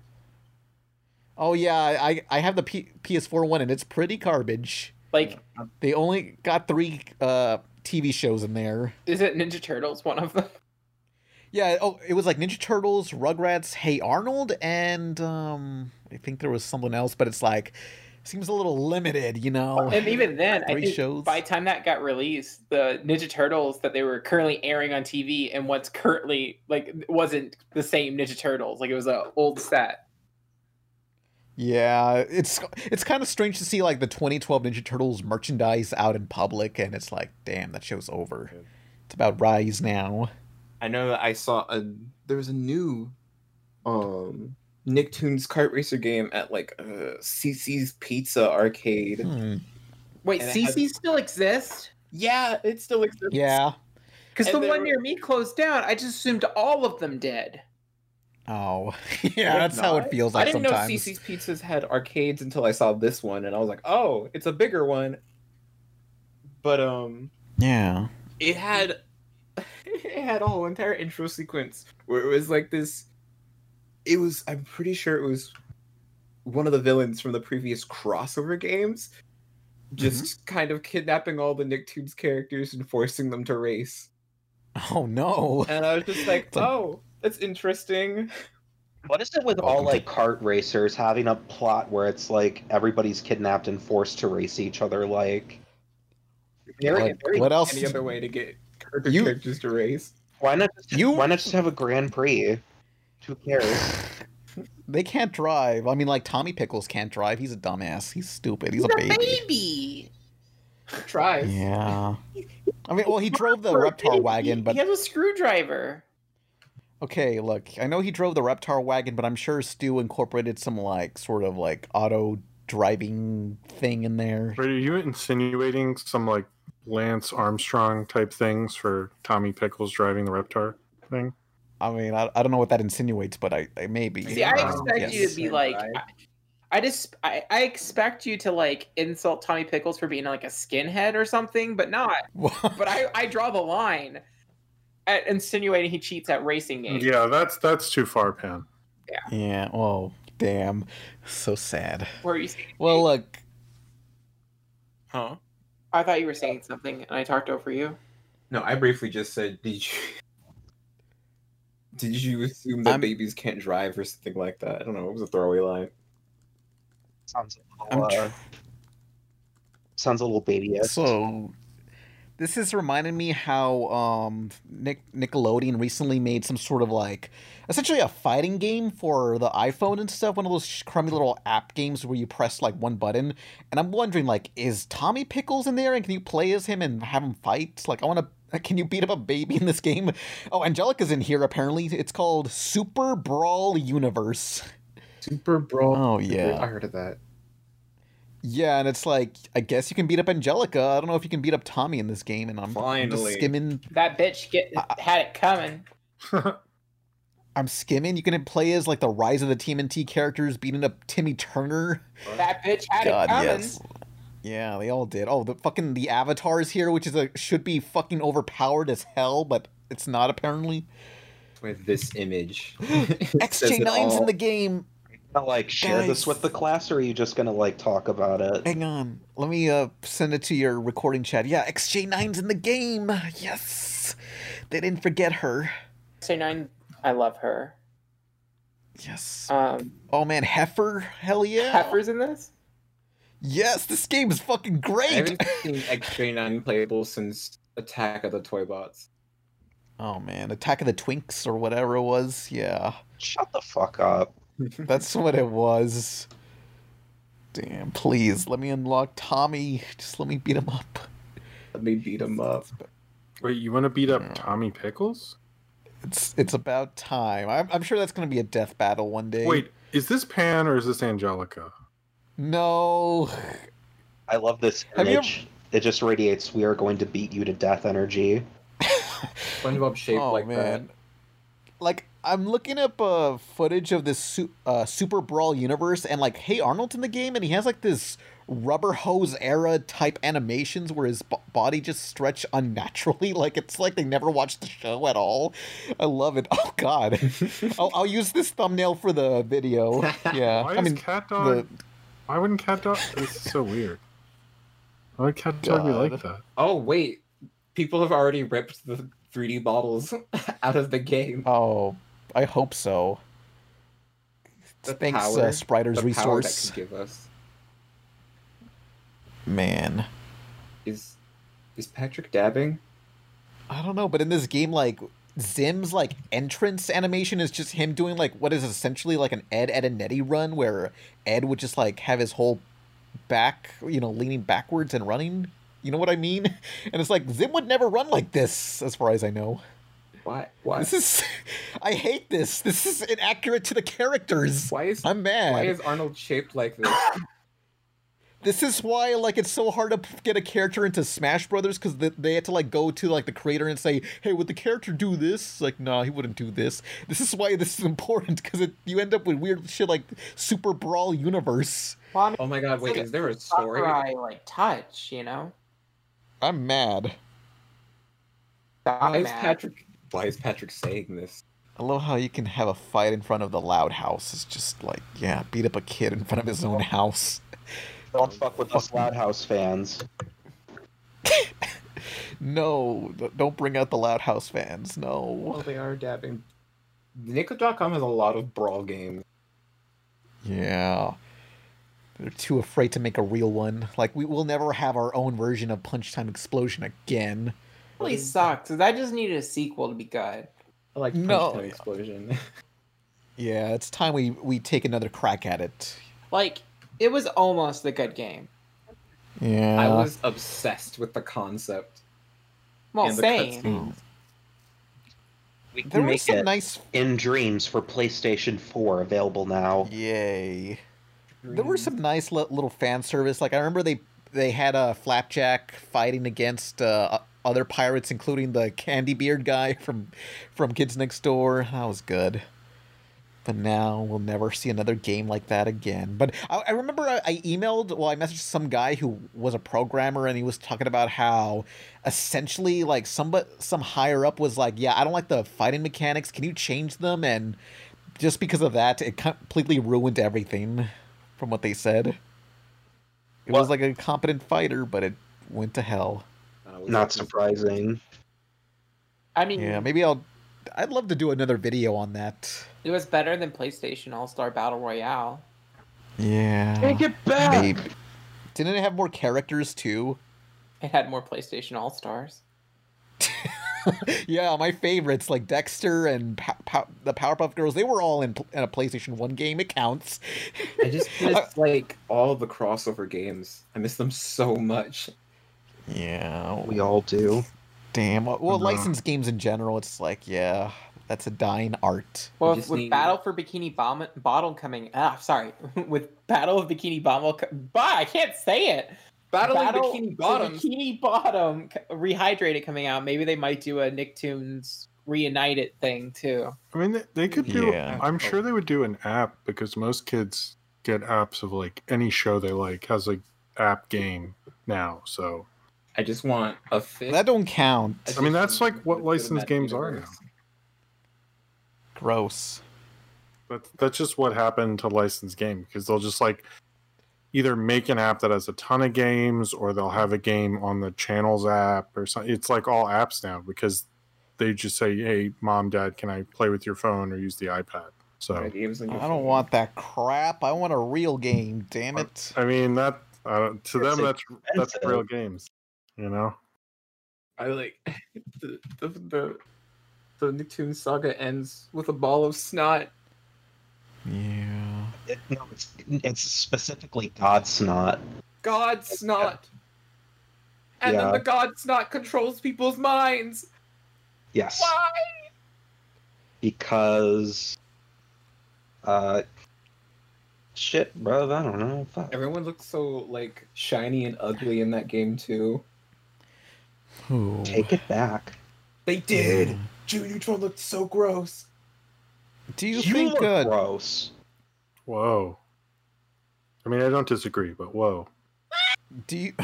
S3: Oh yeah, I I have the P- PS4 one and it's pretty garbage.
S5: Like,
S3: They only got three uh TV shows in there.
S5: is it Ninja Turtles? One of them.
S3: Yeah, oh, it was like Ninja Turtles, Rugrats, Hey Arnold, and um, I think there was something else, but it's like seems a little limited, you know.
S5: And even then, I
S3: Oh, Three
S5: think
S3: shows.
S5: by the time that got released, the Ninja Turtles that they were currently airing on TV and what's currently like wasn't the same Ninja Turtles. Like it was a old set.
S3: Yeah, it's it's kind of strange to see like the 2012 Ninja Turtles merchandise out in public, and it's like, damn, that show's over. It's about Rise now.
S7: I know that I saw a there was a new um Nicktoons kart racer game at like uh, CC's Pizza Arcade.
S3: Hmm,
S5: Wait,
S7: And it
S5: CC still exists?
S7: Yeah, it still exists.
S3: Yeah.
S5: Because
S7: And
S5: the
S7: they
S5: one
S7: were-
S5: near me closed down. I just assumed all of them did.
S3: Oh, yeah, that's how it feels
S7: I
S3: like
S7: didn't
S3: sometimes.
S7: know CC's Pizzas had arcades until I saw this one, and I was like, oh, it's a bigger one. But um,
S3: Yeah.
S7: it had it had a whole entire intro sequence where it was like this. It was I'm pretty sure it was one of the villains from the previous crossover games, just
S3: Mm-hmm.
S7: kind of kidnapping all the Nicktoons characters and forcing them to race.
S3: Oh no.
S5: Uh,
S7: And I was just like,
S3: It's like-
S7: oh, that's interesting.
S4: What is it with all like kart racers having a plot where it's like everybody's kidnapped and forced to race each other? Like,
S7: There
S3: Like,
S7: ain't- there ain't
S3: what else?
S7: Any other way to get character
S3: You-
S7: characters to race?
S4: why not just
S3: You-
S4: why not just have a Grand Prix? Who cares?
S3: They can't drive. I mean, like Tommy Pickles can't drive. He's a dumbass. He's stupid. He's, a baby.
S5: Baby.
S7: Tries.
S3: Yeah. I mean, well, he drove the Reptar wagon, but
S5: he has a screwdriver.
S3: okay, look, I know he drove the Reptar wagon, but I'm sure Stu incorporated some like sort of like auto driving thing in there.
S6: Wait, are you insinuating some like Lance Armstrong type things for Tommy Pickles driving the Reptar thing?
S3: I mean, I, I don't know what that insinuates, but I, I maybe.
S5: See, I
S6: Wow.
S5: expect you
S3: Yes.
S5: to be like, I, I just, I, I expect you to like insult Tommy Pickles for being like a skinhead or something, but not. But I, I draw the line at insinuating he cheats at racing games.
S6: Yeah, that's that's too far, Pam.
S3: yeah. Oh, damn. So sad.
S5: Where you saying?
S3: Well, look.
S7: Huh?
S5: I thought you were saying something, and I talked over you.
S7: No, I briefly just said, did you did you assume that
S3: I'm-
S7: babies can't drive or something like that? I don't know. It was a throwaway line.
S4: sounds a
S3: I'm
S4: little, uh,
S3: tr-
S4: sounds a little babyish.
S3: So this is reminding me how um, Nick Nickelodeon recently made some sort of like essentially a fighting game for the iPhone and stuff. One of those crummy little app games where you press like one button. And I'm wondering like, is Tommy Pickles in there? And can you play as him and have him fight? Like, I want to. Can you beat up a baby in this game? Oh, Angelica's in here apparently. It's called Super Brawl Universe.
S7: Super brawl.
S3: Oh, yeah.
S7: I heard of that.
S3: Yeah, and it's like I guess you can beat up Angelica. I don't know if you can beat up Tommy in this game, and I'm, I'm just
S7: Finally.
S3: skimming
S5: That bitch get had it coming.
S3: I'm skimming. You can play as like the Rise of the TMNT characters, beating up Timmy Turner.
S5: That bitch had
S3: God,
S5: it coming.
S3: yes. Yeah, they all did. Oh, the fucking the avatars here, which is a should be fucking overpowered as hell, but it's not apparently.
S7: With this image.
S3: XJ9's in the game.
S4: Gonna, like share
S3: Guys.
S4: this with the class, or are you just gonna like talk about it?
S3: Hang on, let me uh send it to your recording chat. Yeah, XJ9's in the game. Yes, they didn't forget her.
S5: Say nine. I love her.
S3: Yes.
S5: Um,
S3: Oh man, Heifer. Hell yeah.
S5: Pepper's in this.
S3: Yes, this game is fucking
S7: I
S3: great.
S7: haven't seen XJ9 playable since Attack of the Toy Bots.
S3: Oh man, Attack of the Twinks or whatever it was. Yeah.
S4: Shut the fuck up.
S3: That's what it was. Damn, please let me unlock Tommy. Just let me beat him up.
S7: Let me beat him up.
S6: Wait, you want to beat up Tommy Pickles?
S3: It's it's about time. I'm, I'm sure that's gonna be a death battle one day.
S6: Wait, is this Pan or is this Angelica?
S3: no.
S4: I love this
S3: Have you
S4: image. It just radiates "We are going to beat you to death" energy.
S7: SpongeBob shaped
S3: Oh
S7: like
S3: man. Like I'm looking up uh, footage of this su- uh, Super Brawl universe and like, hey Arnold's in the game and he has like this rubber hose era type animations where his b- body just stretch unnaturally. Like it's like they never watched the show at all. I love it. Oh god. I'll, I'll use this thumbnail for the video. Yeah.
S6: Why
S3: I mean,
S6: is Cat Dog? Why wouldn't Cat Dog? This is so weird. Why would Cat Dog be like
S3: God.
S6: that?
S7: that. Oh wait, people have already ripped the 3D bottles out of the game.
S3: Oh, I hope so.
S7: The
S3: Thanks, uh,
S7: power-
S3: Spriter's
S7: the power that
S3: resource.
S7: could give us
S3: Man,
S7: is is Patrick dabbing?
S3: I don't know, but in this game, like Zim's like entrance animation is just him doing like what is essentially like an Ed at a Netty run, where Ed would just like have his whole back, you know, leaning backwards and running. You know what I mean? And it's like Zim would never run like this, as far as I know.
S7: Why? Why?
S3: This is, I hate this. This is inaccurate to the characters.
S7: Why is
S3: I'm mad.
S7: why is Arnold shaped like this?
S3: This is why, like, it's so hard to p- get a character into Smash Brothers because they, they had to like go to like the creator and say, "Hey, would the character do this?" It's like, nah, he wouldn't do this. This is why this is important because you end up with weird shit like Super Brawl Universe.
S5: Well, I mean,
S7: Oh my god! Wait,
S5: It's like
S7: is there a story?
S5: Sakurai, like touch, you know.
S3: I'm mad.
S7: Why is
S5: Batman.
S7: Patrick? Why is Patrick saying this?
S3: I love how you can have a fight in front of the loud house. It's just like, yeah, beat up a kid in front of his own house.
S4: Don't fuck with us Loud House fans.
S3: No, d- don't bring out the loud house fans. No.
S7: Well, they are dabbing. Nickel.com has a lot of brawl games.
S3: Yeah. They're too afraid to make a real one. Like we will never have our own version of Punch Time Explosion again.
S5: Really sucks. 'cause I just needed a sequel to be good.
S7: I like Punch
S3: No.
S7: Time Explosion.
S3: Yeah, it's time we we take another crack at it.
S5: Like it was almost a good game.
S3: Yeah.
S7: I was obsessed with the concept.
S5: Well,
S7: and the
S5: Oh, same.
S6: Hmm.
S7: cutscenes.
S4: We can
S3: there were
S4: make
S3: some
S4: it
S3: nice
S4: in dreams for PlayStation 4 available now.
S3: Yay. There were some nice li- little fan service. Like I remember they they had a flapjack fighting against uh, o- other pirates, including the candy beard guy from from Kids Next Door. That was good. But now we'll never see another game like that again. But I, I remember I, I emailed, well, I messaged some guy who was a programmer, and he was talking about how essentially, like, some some higher up was like, "Yeah, I don't like the fighting mechanics. Can you change them?" And just because of that, it completely ruined everything from what they said. It was like a competent fighter, but it went to hell.
S7: And
S6: Oh,
S7: I was
S4: Not
S7: obsessed-
S4: surprising.
S5: I mean,
S3: Yeah, maybe I'll. I'd love to do another video on that.
S5: it was better than PlayStation All Star Battle Royale.
S3: Yeah.
S5: it back.
S3: Maybe. Didn't it have more characters too?
S5: It had more PlayStation All Stars.
S3: yeah, my favorites like Dexter and Pow- Pow- the Powerpuff Girls. They were all in, pl- in a PlayStation One game. It counts.
S7: I just miss like all the crossover games. I miss them so much.
S3: Yeah. Mm-hmm.
S4: We all do.
S3: Damn. Well, well licensed games in general. It's like, yeah, that's a dying art.
S5: Well,
S7: just
S5: with
S7: need-
S5: Battle for Bikini Bomb- Bottle coming, ah, sorry, with Battle of Bikini Bottle, co- bah, I can't say it.
S7: Battle,
S5: Battle
S7: Bikini
S5: for
S7: Bottoms.
S5: Bikini Bottom, co- rehydrated coming out. Maybe they might do a Nicktoons reunited thing too.
S6: I mean, they, they could do.
S3: Yeah.
S6: I'm sure they would do an app because most kids get apps of like any show they like has a app game now. So
S7: I just want a fifth.
S3: That don't count.
S6: I mean, that's like what
S7: Cinematic
S6: licensed games are
S7: universe.
S3: Gross.
S6: That, that's just what happened to licensed game because they'll just like either make an app that has a ton of games or they'll have a game on the channels app or something. It's like all apps now because they just say, "Hey, mom, dad, can I play with your phone or use the iPad?" So
S7: Right, games on your
S3: I
S7: phone.
S3: don't want that crap. I want a real game. Damn it.
S6: I mean that uh, to
S4: That's
S6: them that's that's
S4: expensive.
S6: real games, you know.
S7: I like the the the, the Nicktoons saga ends with a ball of snot.
S3: Yeah.
S4: It, no, it's, it's specifically God Snot.
S7: God snot. And
S4: Yeah.
S7: then the God snot controls people's minds.
S4: Yes.
S7: Why?
S4: Because. Uh. Shit, bruv, I don't know. Fuck.
S7: Everyone looked so like shiny and ugly in that game too.
S3: Ooh.
S4: Take it back.
S7: They did. Jimmy Neutron looked so gross.
S3: Do you, think
S4: look
S3: uh,
S4: gross.
S6: Whoa. I mean, I don't disagree, but whoa.
S3: do you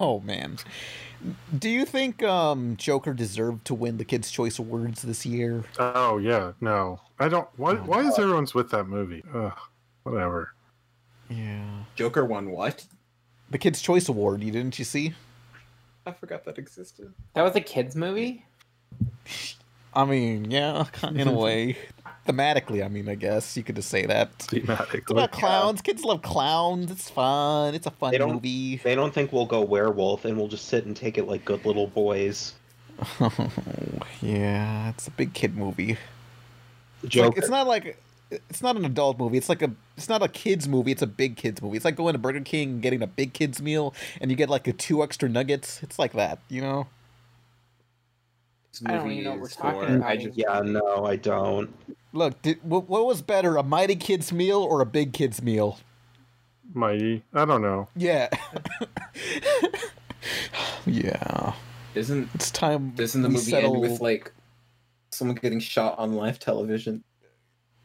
S3: Oh man. Do you think um Joker deserved to win the Kids Choice Awards this year?
S6: Oh yeah, no, I don't. Why? why is everyone's with that movie? Ugh, whatever.
S3: Yeah.
S7: Joker won what?
S3: The Kids Choice Award, you didn't you see?
S7: I forgot that existed.
S5: That was a kids movie.
S3: I mean, yeah, in a way. Thematically, I mean, I guess you could just say that. It's
S6: Thematically.
S3: about clowns. Kids love clowns. It's fun. It's a fun
S4: They don't-
S3: movie.
S4: They don't think we'll go werewolf, and we'll just sit and take it like good little boys.
S3: Yeah, it's a big kid movie. It's,
S4: Joker.
S3: like, it's not like it's not an adult movie. It's like a it's not a kids movie. It's a big kids movie. It's like going to Burger King and getting a big kids meal, and you get like the two extra nuggets. It's like that, you know.
S7: This
S5: I don't
S7: movie
S5: even know what we're
S7: is
S5: talking
S7: for-
S5: about
S7: I just
S4: yeah, no, I don't.
S3: Look, did, what, what was better, a mighty kids meal or a big kids meal?
S6: Mighty. I don't know.
S3: Yeah. yeah.
S7: isn't
S3: It's time.
S7: doesn't the
S3: we
S7: movie
S3: settle-
S7: end with like someone getting shot on live television?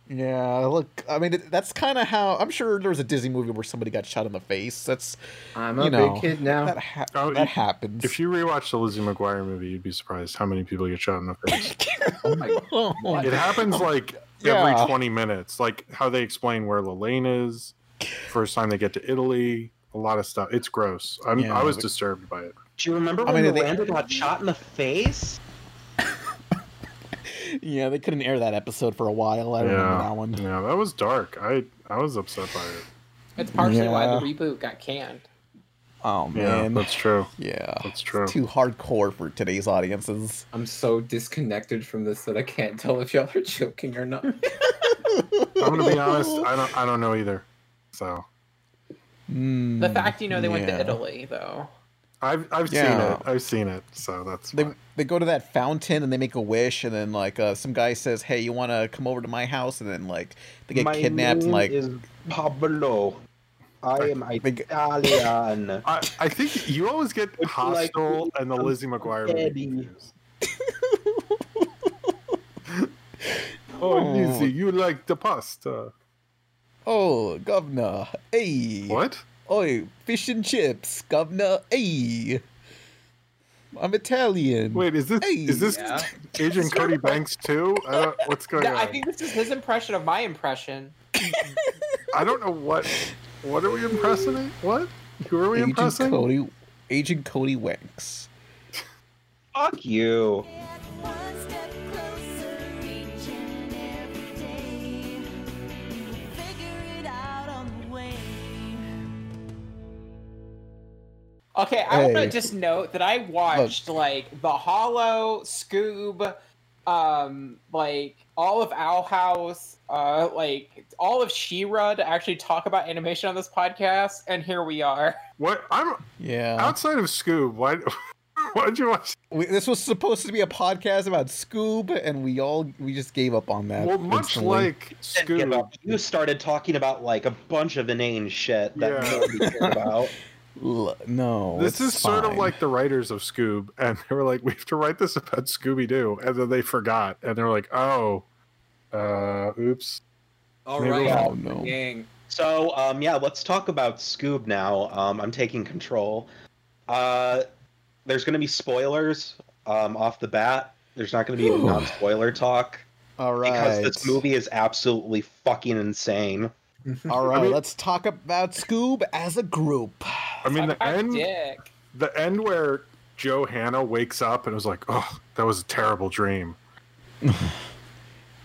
S3: Yeah, look, I mean, it- that's kind of how. I'm sure there was a Disney movie where somebody got shot in the face. That's.
S7: I'm
S3: You
S7: a
S3: know,
S7: big kid now.
S3: That, ha-
S6: Oh,
S3: that
S6: if-
S3: happens.
S6: If you rewatch the Lizzie McGuire movie, you'd be surprised how many people get shot in the face.
S7: oh my god.
S6: it happens like
S3: Oh, Yeah.
S6: every 20 minutes, like how they explain where Lelaine is, first time they get to Italy, a lot of stuff. It's gross. I'm,
S3: Yeah,
S6: I was
S3: but-
S6: disturbed by it.
S4: Do you remember
S3: I
S4: when
S3: mean, they-
S4: Miranda got shot in the face?
S3: yeah, they couldn't air that episode for a while. I remember
S6: Yeah,
S3: that one.
S6: yeah, that was dark. I I was upset by it.
S5: It's partially why
S3: Yeah.
S5: the reboot got canned.
S3: Oh,
S6: Yeah,
S3: man.
S6: that's true.
S3: yeah.
S6: That's true.
S3: Too hardcore for today's audiences.
S7: I'm so disconnected from this that I can't tell if y'all are joking or not.
S6: I'm gonna be honest. I don't. I don't know either. So
S5: The fact you know they went to
S3: Mm, yeah.
S5: Italy though.
S6: I've I've
S3: Yeah.
S6: seen it. I've seen it. So that's
S3: They,
S6: fine.
S3: they go to that fountain and they make a wish, and then, like, uh, some guy says, Hey, you want to come over to my house? And then, like, they get
S4: My
S3: kidnapped.
S4: name
S3: and, like,
S4: is Pablo. I am
S3: Big-
S4: Italian.
S6: I, I think you always get Hostel and the Lizzie McGuire movie
S4: Daddy.
S6: confused. oh, Lizzie, you like the pasta?
S3: Oh, governor. Hey.
S6: What?
S3: Oi, fish and chips, governor. Hey. I'm Italian.
S6: Wait, is this
S3: Hey,
S6: is this
S5: yeah.
S6: Agent Cody Banks too? I don't, what's going
S5: I
S6: on?
S5: think this is his impression of my impression.
S6: I don't know what. What are we impressing? What? Who are we
S3: Agent
S6: impressing?
S3: Cody. Agent Cody Wanks.
S4: Fuck you.
S2: One step closer each and every day. We'll figure it out on the way.
S5: Okay, I want
S3: Hey.
S5: to just note that I watched like The Hollow, Scoob, um, like all of Owl House, uh, like all of She-Ra to actually talk about animation on this podcast, and here we are.
S6: What? I'm
S3: Yeah.
S6: outside of Scoob. Why? Why did you watch?
S3: We, this was supposed to be a podcast about Scoob, and we all we just gave up on that.
S6: Well, much
S3: instantly.
S6: like
S4: Didn't give
S6: Scoob,
S4: up. You started talking about like a bunch of inane shit that
S6: Yeah.
S4: nobody cared about.
S3: L- no.
S6: this
S3: Oh, it's
S6: is sort of
S3: fine.
S6: like the writers of Scoob, and they were like, "We have to write this about Scooby Doo," and then they forgot, and they're like, "Oh, uh, oops."
S1: All
S6: Maybe
S1: right.
S3: Oh no.
S7: Dang.
S4: So, um, yeah, let's talk about Scoob now. Um, I'm taking control. Uh, there's going to be spoilers um, off the bat. There's not going to be any non spoiler talk
S3: All
S4: because
S3: right.
S4: this movie is absolutely fucking insane.
S3: All right.
S6: mean-
S3: let's talk about Scoob as a group.
S6: I mean,
S5: Talk
S6: the
S5: about
S6: end,
S5: dick.
S6: the end where Joe Hannah wakes up and was like, "Oh, that was a terrible dream."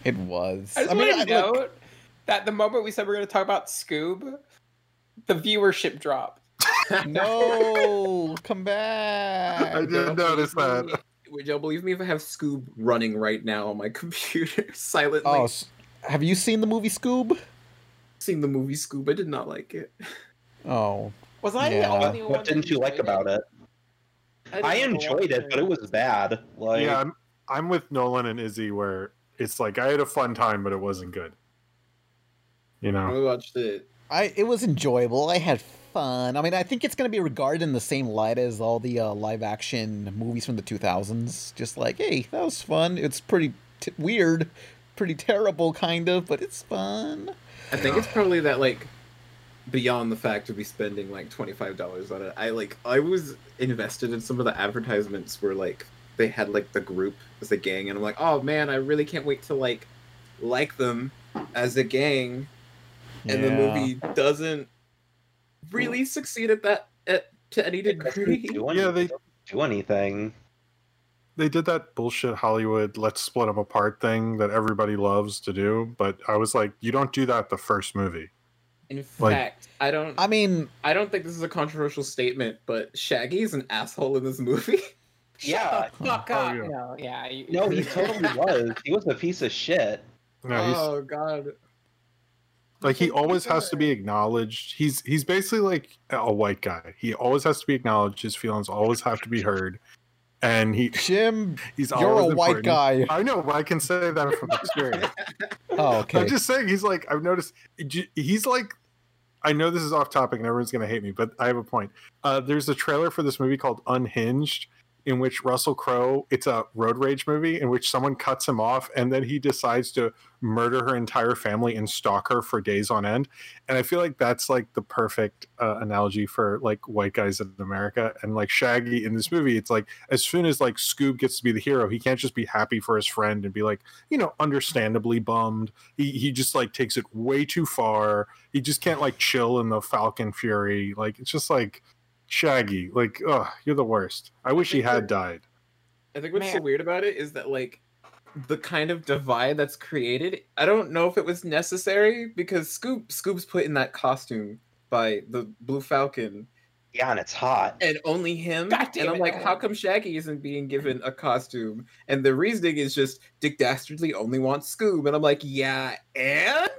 S3: It was.
S5: I just
S3: mean,
S5: want to
S3: I- look,
S5: note that the moment we said we are going to talk about Scoob, the viewership dropped.
S3: No, come back.
S6: I didn't notice that.
S7: Would y'all believe me if I have Scoob running right now on my computer silently?
S3: Oh, s- have you seen the movie Scoob?
S7: seen the movie Scoob. I did not like it.
S3: Oh,
S5: Was I the
S3: Yeah.
S5: only one?
S4: What didn't you like about it? I enjoyed it, but it was bad. Like,
S6: yeah, I'm, I'm with Nolan and Izzy where it's like I had a fun time, but it wasn't good. You know,
S7: I watched it.
S3: I it was enjoyable. I had fun. I mean, I think it's going to be regarded in the same light as all the uh, live action movies from the 2000s. Just like, hey, that was fun. It's pretty t- weird, pretty terrible, kind of, but it's fun.
S7: I think it's probably that like beyond the fact of me spending like twenty five dollars on it. I like I was invested in some of the advertisements where like they had like the group as a gang, and I'm like, oh man, I really can't wait to like like them as a gang. And the
S3: Yeah.
S7: movie doesn't really succeed at that at to any
S4: it doesn't
S7: degree.
S4: do anything.
S6: Yeah, they-
S4: do anything.
S6: they did that bullshit Hollywood let's split them apart thing that everybody loves to do, but I was like, you don't do that the first movie.
S7: In
S6: Like-
S7: fact, I don't.
S3: I mean,
S7: I don't think this is a controversial statement, but Shaggy is an asshole in this movie.
S4: Yeah.
S5: Fuck
S6: Oh,
S5: up.
S6: yeah.
S5: No, yeah. You,
S4: No, he totally was. He was a piece of shit.
S6: No, he's
S7: oh god.
S6: like he always has to be acknowledged. He's he's basically like a white guy. He always has to be acknowledged. His feelings always have to be heard, and he
S3: Jim,
S6: he's
S3: you're
S6: always
S3: a white guy.
S6: important. I know, but I can say that from experience.
S3: Oh, okay.
S6: I'm just saying, he's like, I've noticed, j- he's like, I know this is off topic and everyone's going to hate me, but I have a point. Uh, there's a trailer for this movie called Unhinged, in which Russell Crowe, it's a road rage movie in which someone cuts him off and then he decides to murder her entire family and stalk her for days on end. And I feel like that's like the perfect uh, analogy for like white guys in America. And like Shaggy in this movie, it's like as soon as like Scoob gets to be the hero, he can't just be happy for his friend and be like, you know, understandably bummed he he just like takes it way too far. He just can't like chill in the Falcon Fury. Like it's just like Shaggy. Like ugh, you're the worst. I wish he had died.
S7: I think what's so
S5: Man.
S7: weird about it is that like the kind of divide that's created, I don't know if it was necessary because Scoop Scoop's put in that costume by the Blue Falcon
S4: Yeah, and it's hot.
S7: and only him.
S5: God damn
S7: and I'm
S5: it,
S7: like,
S5: Nolan.
S7: how come Shaggy isn't being given a costume? And the reasoning is just Dick Dastardly only wants Scoob. And I'm like, yeah, and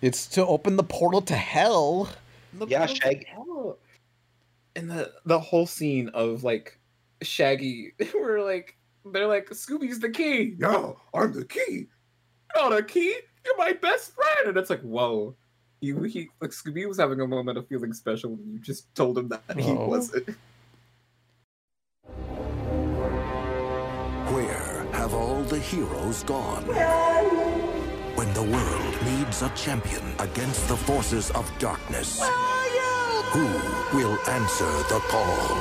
S3: It's to open the portal to hell.
S4: Yeah, Shaggy.
S7: Oh. And the the whole scene of like Shaggy, we're like they're like Scooby's the key. No, I'm the key. You're not a key. You're my best friend. And it's like whoa. He, he like Scooby was having a moment of feeling special. and You just told him that he
S3: Oh.
S7: wasn't.
S2: Where have all the heroes gone? When the world needs a champion against the forces of darkness, who will answer the call?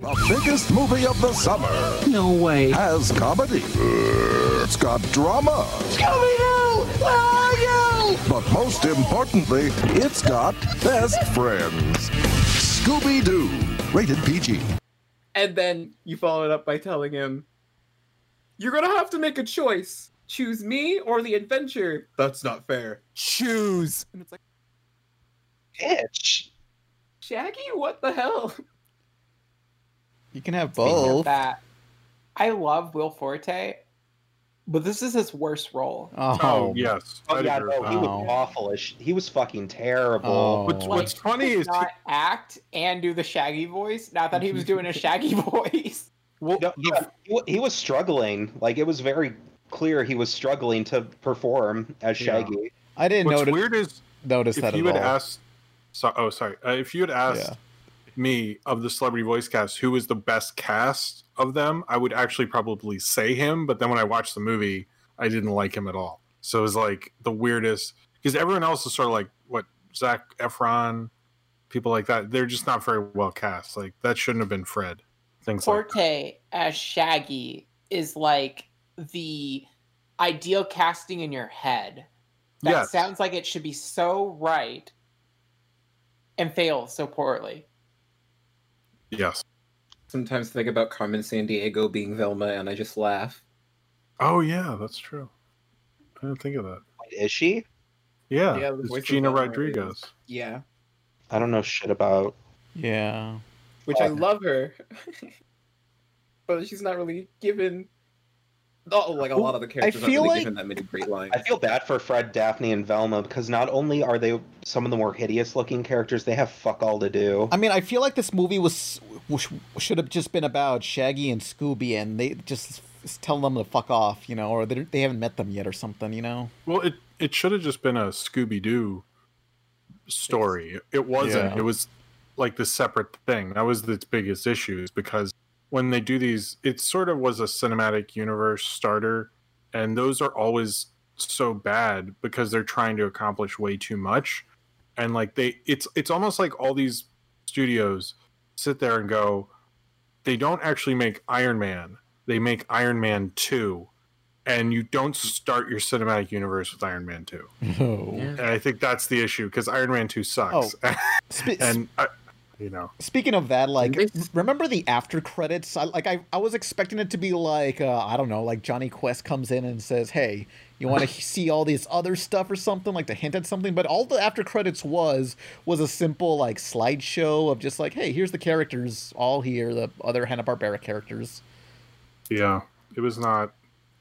S2: The biggest movie of the summer. No way. Has comedy. It's got drama. Scooby Doo! Where are you? But most importantly, it's got best friends. Scooby Doo. Rated PG.
S7: And then you follow it up by telling him, "You're gonna have to make a choice. Choose me or the adventure." That's not fair. Choose. And it's like
S4: Bitch.
S7: Shaggy, what the hell?
S3: You can have
S5: Speaking of
S3: both.
S5: that, I love Will Forte, but this is his worst role.
S3: Oh,
S6: Oh, yes.
S4: Oh
S6: I'd
S4: yeah,
S6: agree
S4: no,
S6: with
S4: he
S6: that.
S4: was awful. As sh- he was fucking terrible.
S3: Oh.
S6: What's, what's
S5: Like,
S6: funny
S5: He
S6: is
S5: did
S6: he-
S5: not act and do the Shaggy voice. Not that he was doing a Shaggy voice.
S6: well,
S4: No,
S6: the-
S4: yeah, he, wa- he was struggling. Like it was very clear he was struggling to perform as
S6: Yeah.
S4: Shaggy.
S3: I didn't
S6: what's
S3: noti-
S6: weird is
S3: notice
S6: if
S3: that
S6: you
S3: at
S6: had
S3: all.
S6: asked so, oh sorry uh, if you had asked me of the celebrity voice cast who was the best cast of them i would actually probably say him but then when i watched the movie i didn't like him at all so it was like the weirdest because everyone else is sort of like what zach efron people like that they're just not very well cast like that shouldn't have been fred things like that.
S5: Forte as Shaggy is like the ideal casting in your head. That
S6: Yes.
S5: sounds like it should be so right and fails so poorly.
S6: yes
S7: sometimes think about Carmen San Diego being Velma and I just laugh.
S6: oh yeah that's true i didn't think of that
S4: Wait, Is she?
S6: yeah,
S7: Yeah, the voice
S6: it's
S7: of
S6: gina
S7: Velma is-
S6: rodriguez
S7: Yeah.
S4: I don't know shit about.
S3: Yeah.
S7: Which I love her. but she's not really given not like a lot of the characters
S3: feel
S7: aren't really
S3: like-
S7: given that many great lines.
S4: I feel bad for Fred, Daphne, and Velma because not only are they some of the more hideous looking characters, they have fuck all to do.
S3: I mean, I feel like this movie was sh- should have just been about Shaggy and Scooby, and they just s- tell them to fuck off, you know, or they they haven't met them yet, or something, you know.
S6: Well, it it should have just been a Scooby Doo story. It wasn't.
S3: Yeah.
S6: It was like the separate thing. That was its biggest issue is because when they do these, it sort of was a cinematic universe starter, and those are always so bad because they're trying to accomplish way too much, and like they, it's it's almost like all these studios sit there and go, they don't actually make Iron Man. They make Iron Man two, and you don't start your cinematic universe with Iron Man 2.
S3: No. Oh,
S6: And I think that's the issue because Iron Man 2 sucks.
S3: Spe-
S6: and I, you know.
S3: Speaking of that, like,
S7: This-
S3: remember the after credits? I, like, I, I was expecting it to be like, uh, I don't know, like Johnny Quest comes in and says, "Hey, you want to see all this other stuff or something?" Like to hint at something. But all the after credits was was a simple like slideshow of just like, "Hey, here's the characters all here, the other Hanna Barbera characters."
S6: Yeah, it was not.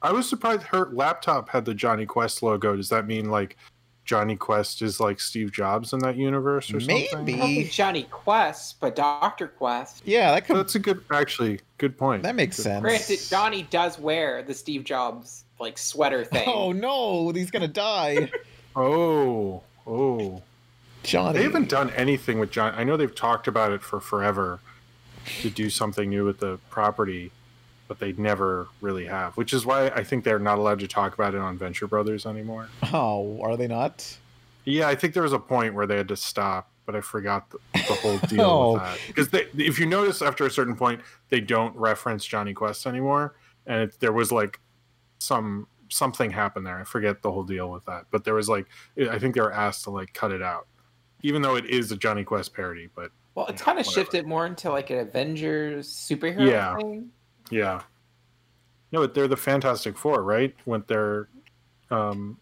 S6: I was surprised her laptop had the Johnny Quest logo. Does that mean like Johnny Quest is like Steve Jobs in that universe or something?
S3: Maybe.
S5: Not be Johnny Quest, but Doctor Quest.
S3: Yeah, that could,
S6: That's a good, actually, good point.
S3: that makes sense.
S5: Granted, Donnie does wear the Steve Jobs like sweater thing.
S3: Oh no, he's gonna die,
S6: Oh, oh.
S3: Johnny.
S6: They haven't done anything with John. I know they've talked about it for forever to do something new with the property, but they never really have, which is why I think they're not allowed to talk about it on Venture Brothers anymore.
S3: Oh, are they not?
S6: Yeah, I think there was a point where they had to stop, but I forgot the, the whole deal
S3: Oh.
S6: with that. Because if you notice, after a certain point, they don't reference Johnny Quest anymore, and it, there was like some something happened there. I forget the whole deal with that, but there was like I think they were asked to like cut it out, even though it is a Johnny Quest parody. But
S5: Well, it
S6: Yeah,
S5: kind of
S6: whatever.
S5: shifted more into like an Avengers superhero
S6: Yeah.
S5: thing.
S6: yeah, no, but they're the Fantastic Four, right? Went there. Um,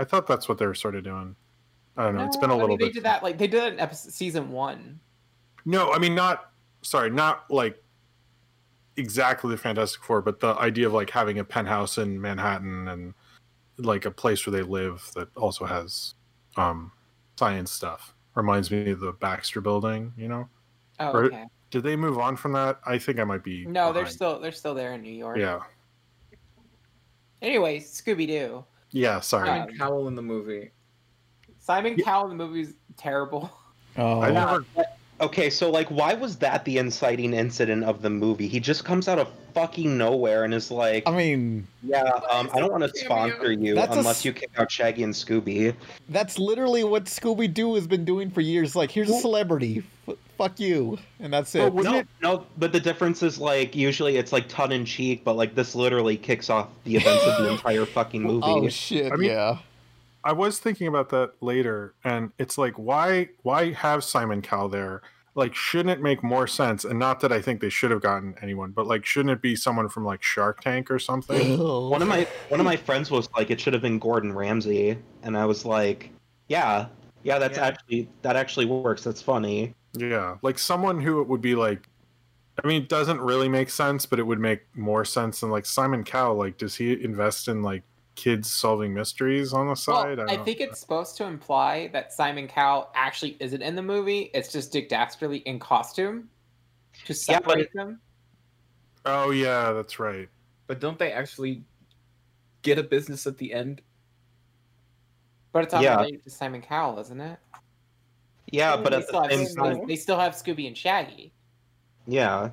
S6: I thought that's what they were sort of doing. I don't know. it's been a
S5: Uh, I mean,
S6: little
S5: they
S6: bit.
S5: did that like they did that in episode season one.
S6: No, I mean not. Sorry, not like exactly the Fantastic Four, but the idea of like having a penthouse in Manhattan and like a place where they live that also has um, science stuff reminds me of the Baxter Building. You know,
S5: Oh,
S6: Right.
S5: okay.
S6: did they move on from that? I think I might be.
S5: No, they're
S6: behind.
S5: still they're still there in New York.
S6: Yeah,
S5: Anyway, Scooby Doo.
S6: yeah. Sorry,
S5: Yeah.
S7: Simon Cowell in the movie.
S5: Simon Cowell in the movie is terrible.
S3: Oh,
S6: I never.
S4: Okay, so like, why was that the inciting incident of the movie? He just comes out of fucking nowhere and is like,
S3: I mean,
S4: "Yeah, um, I don't want to sponsor you
S3: That's a
S4: unless
S3: s-
S4: you kick out Shaggy and Scooby."
S3: That's literally what Scooby Doo has been doing for years. Like, here's a celebrity. F- fuck you. And that's it.
S6: Wasn't
S4: no,
S6: it-
S4: no, but the difference is like usually it's like tongue in cheek, but like this literally kicks off the events of the entire fucking movie.
S3: oh, shit.
S6: I mean-
S3: yeah.
S6: I was thinking about that later, and it's like, why, why have Simon Cowell there? Like, shouldn't it make more sense? And not that I think they should have gotten anyone, but like, shouldn't it be someone from like Shark Tank or something?
S4: One of my one of my friends was like, "It should have been Gordon Ramsay," and I was like, "Yeah, yeah, that's
S1: Yeah.
S4: actually that actually works. That's funny."
S6: yeah, like someone who it would be like, I mean, it doesn't really make sense, but it would make more sense than like Simon Cowell. Like, does he invest in like kids solving mysteries on the side?
S5: well,
S6: I
S5: I,
S6: don't-
S5: think it's supposed to imply that Simon Cowell actually isn't in the movie. It's just Dick Dastardly in costume to
S4: Yeah, but-
S5: separate them.
S6: Oh yeah, that's right.
S7: But don't they actually get a business at the end?
S5: But it's not
S4: Yeah.
S5: related to Simon Cowell, isn't it?
S4: Yeah, but
S5: they
S4: at
S5: still
S4: the
S5: have
S4: same
S5: Scooby-
S4: time,
S5: they still have Scooby and Shaggy.
S4: yeah,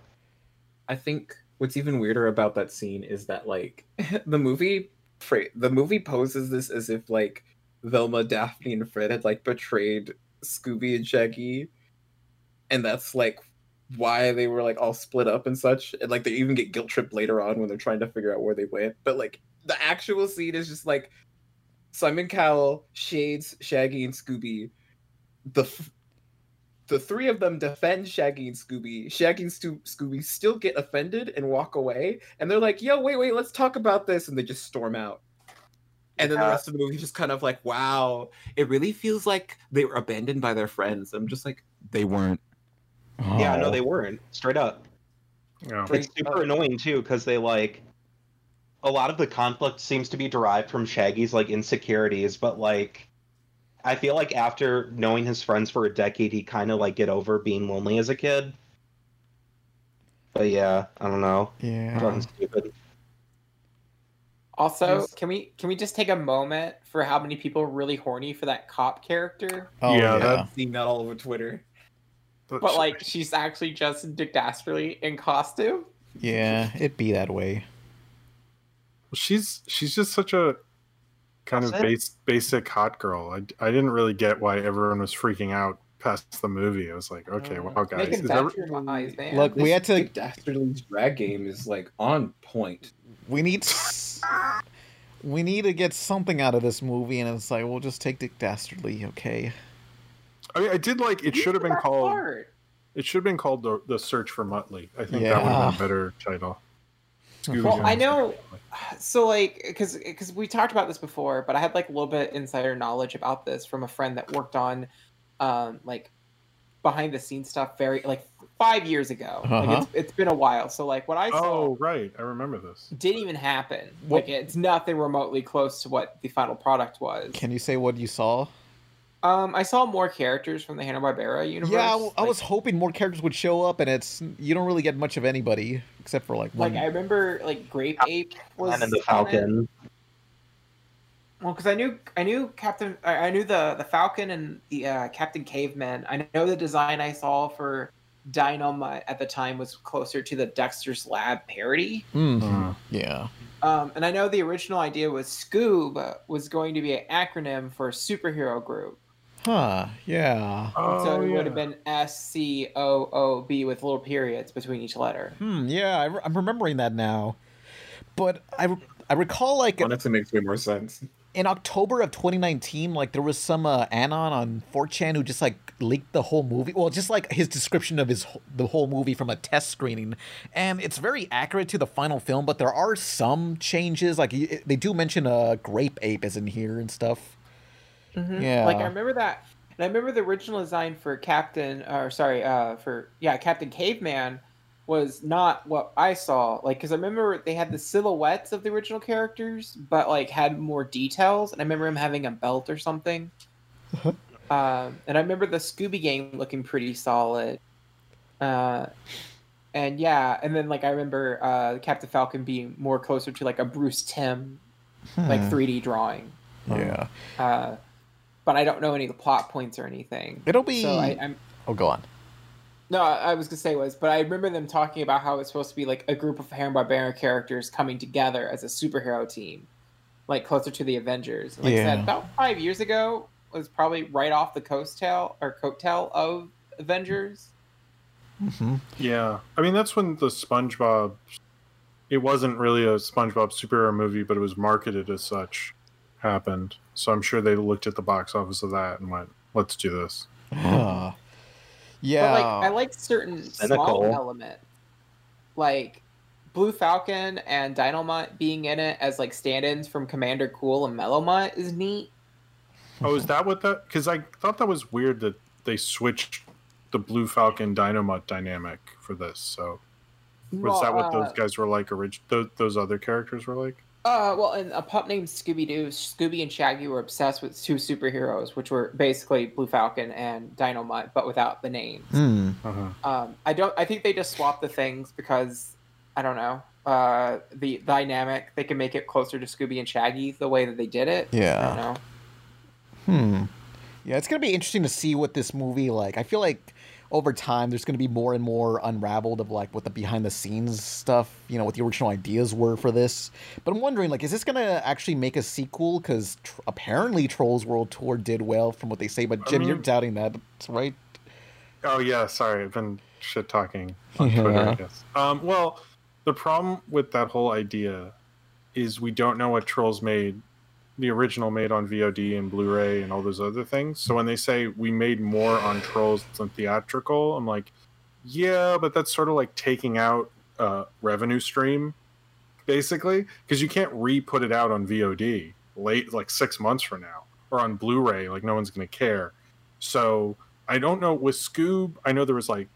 S7: I think what's even weirder about that scene is that like the movie fra- the movie poses this as if like Velma, Daphne, and Fred had like betrayed Scooby and Shaggy, and that's like why they were like all split up and such, and like they even get guilt tripped later on when they're trying to figure out where they went. But like the actual scene is just like Simon Cowell shades Shaggy and Scooby, the f- the three of them defend Shaggy and Scooby. Shaggy and Stu- Scooby still get offended and walk away, and they're like, "Yo, wait, wait, let's talk about this," and they just storm out. And then the
S4: Yeah.
S7: rest of the movie is just kind of like, "Wow, it really feels like they were abandoned by their friends." I'm just like, they weren't.
S3: Oh,
S4: yeah, no, they weren't straight up.
S6: Yeah.
S4: It's super annoying too because they like a lot of the conflict seems to be derived from Shaggy's like insecurities, but like I feel like after knowing his friends for a decade, he kind of like get over being lonely as a kid. But yeah, I don't know.
S3: Yeah.
S4: Fucking
S3: Mm.
S4: stupid.
S5: Also,
S7: Yes.
S5: can we can we just take a moment for how many people are really horny for that cop character?
S3: Oh,
S6: Yeah,
S3: yeah.
S6: that-
S7: Seeing that all over Twitter.
S5: But like she's actually just Dick Dastardly in costume.
S3: yeah. It'd be that way.
S6: she's she's just such a kind of
S4: Upset?
S6: base, basic hot girl. I, I didn't really get why everyone was freaking out past the movie. I was like, okay, wow, guys,
S5: Making
S6: is every-
S5: bathroom eyes, man.
S3: Look, we had to.
S7: Dick Dastardly's drag game is like on point.
S3: We need. s- We need to get something out of this movie, and it's like we'll just take Dick Dastardly, okay?
S6: I mean, I did like it.
S5: You
S6: Should have been
S5: that
S6: called.
S5: part.
S6: It should have been called the, the Search for Muttley. I think that would
S3: Yeah.
S6: have been a better title. Scooby
S5: Well,
S6: Doo
S5: I
S6: and the
S5: know.
S6: Search for Muttley.
S5: So, like, because because we talked about this before, but I had like a little bit insider knowledge about this from a friend that worked on, um, like, behind the scenes stuff. Very like five years ago. Like,
S3: Uh-huh.
S5: it's, it's been a while. So, like, what I saw
S6: Oh, right. I remember this.
S5: didn't even happen.
S3: What-
S5: Like, it's nothing remotely close to what the final product was.
S3: Can you say what you saw?
S5: Um, I saw more characters from the Hanna Barbera universe.
S3: Yeah, I, w- I
S5: like-
S3: was hoping more characters would show up, and it's you don't really get much of anybody except for like one.
S5: Like I remember, like Grape Ape was
S4: and the
S5: on it.
S4: Falcon.
S5: Well, because I knew I knew Captain, I I knew the the Falcon and the uh, Captain Caveman. I know the design I saw for Dynamite at the time was closer to the Dexter's Lab parody.
S3: Mhm.
S6: Uh-huh.
S3: Yeah.
S5: Um, and I know the original idea was Scoob was going to be an acronym for superhero group,
S3: Huh. Yeah.
S6: Oh,
S5: so it
S6: yeah.
S5: would have been S C O O B with little periods between each letter.
S3: Hmm. Yeah. I re- I'm remembering that now, but I re- I recall like
S7: Honestly, makes way more sense.
S3: in October of 2019, like there was some uh, anon on 4chan who just like leaked the whole movie. Well, just like his description of his wh- the whole movie from a test screening, and it's very accurate to the final film. But there are some changes. Like y- they do mention a uh, grape ape is in here and stuff. Yeah.
S5: Hmm. Like I remember that, and I remember the original design for Captain, or sorry, uh, for yeah, Captain Caveman was not what I saw. Like, because I remember they had the silhouettes of the original characters, but like had more details. And I remember him having a belt or something. Um, and I remember the Scooby Gang looking pretty solid. Uh, and yeah, and then like I remember uh, Captain Falcon being more closer to like a Bruce Tim, like
S3: Hmm.
S5: 3D drawing
S3: yeah.
S5: uh, but I don't know any of the plot points or anything.
S3: It'll be-
S5: So I, I'm
S3: Oh, go on.
S5: no, I I was gonna say was, but I remember them talking about how it's supposed to be like a group of Hanna Barbera characters coming together as a superhero team, like closer to the Avengers. And Like I
S3: Yeah.
S5: said, about five years ago was probably right off the coast tail or coattail of Avengers.
S3: Mm-hmm.
S6: Yeah. I mean, that's when the SpongeBob. It wasn't really a SpongeBob superhero movie, but it was marketed as such. Happened. So I'm sure they looked at the box office of that and went, let's do this.
S3: Huh.
S5: But
S3: yeah.
S5: like I like certain small
S4: Cynical.
S5: element, like Blue Falcon and Dynamite being in it as like stand-ins from Commander Cool and Mellomut is neat.
S6: Oh, is that what that? Because I thought that was weird that they switched the Blue Falcon Dynamut dynamic for this. So was
S5: Well,
S6: that what
S5: uh,
S6: those guys were like? Orig- those, those other characters were like?
S5: Uh, well, and a pup named Scooby Doo, Scooby and Shaggy were obsessed with two superheroes, which were basically Blue Falcon and Dynamite, but without the names.
S3: Hmm.
S6: Uh-huh.
S5: Um, I don't. I think they just swapped the things because I don't know uh, the dynamic. They can make it closer to Scooby and Shaggy the way that they did it. I don't
S3: Yeah.
S5: know.
S3: Hmm. Yeah, it's gonna be interesting to see what this movie like. I feel like over time there's gonna be more and more unraveled of like what the behind the scenes stuff, you know, what the original ideas were for this. But I'm wondering, like, is this gonna actually make a sequel? Because tr- apparently Trolls World Tour did well from what they say. But Jim, you're
S6: mean-
S3: doubting that, right?
S6: Oh yeah, sorry, I've been shit talking on
S3: Yeah.
S6: Twitter. I guess. Um, well, the problem with that whole idea is we don't know what Trolls made, the original made on VOD and Blu-ray and all those other things. So when they say we made more on Trolls than theatrical, I'm like, yeah, but that's sort of like taking out a revenue stream, basically, because you can't re-put it out on VOD late, like six months from now, or on Blu-ray, like no one's gonna care. So I don't know with Scoob. I know there was like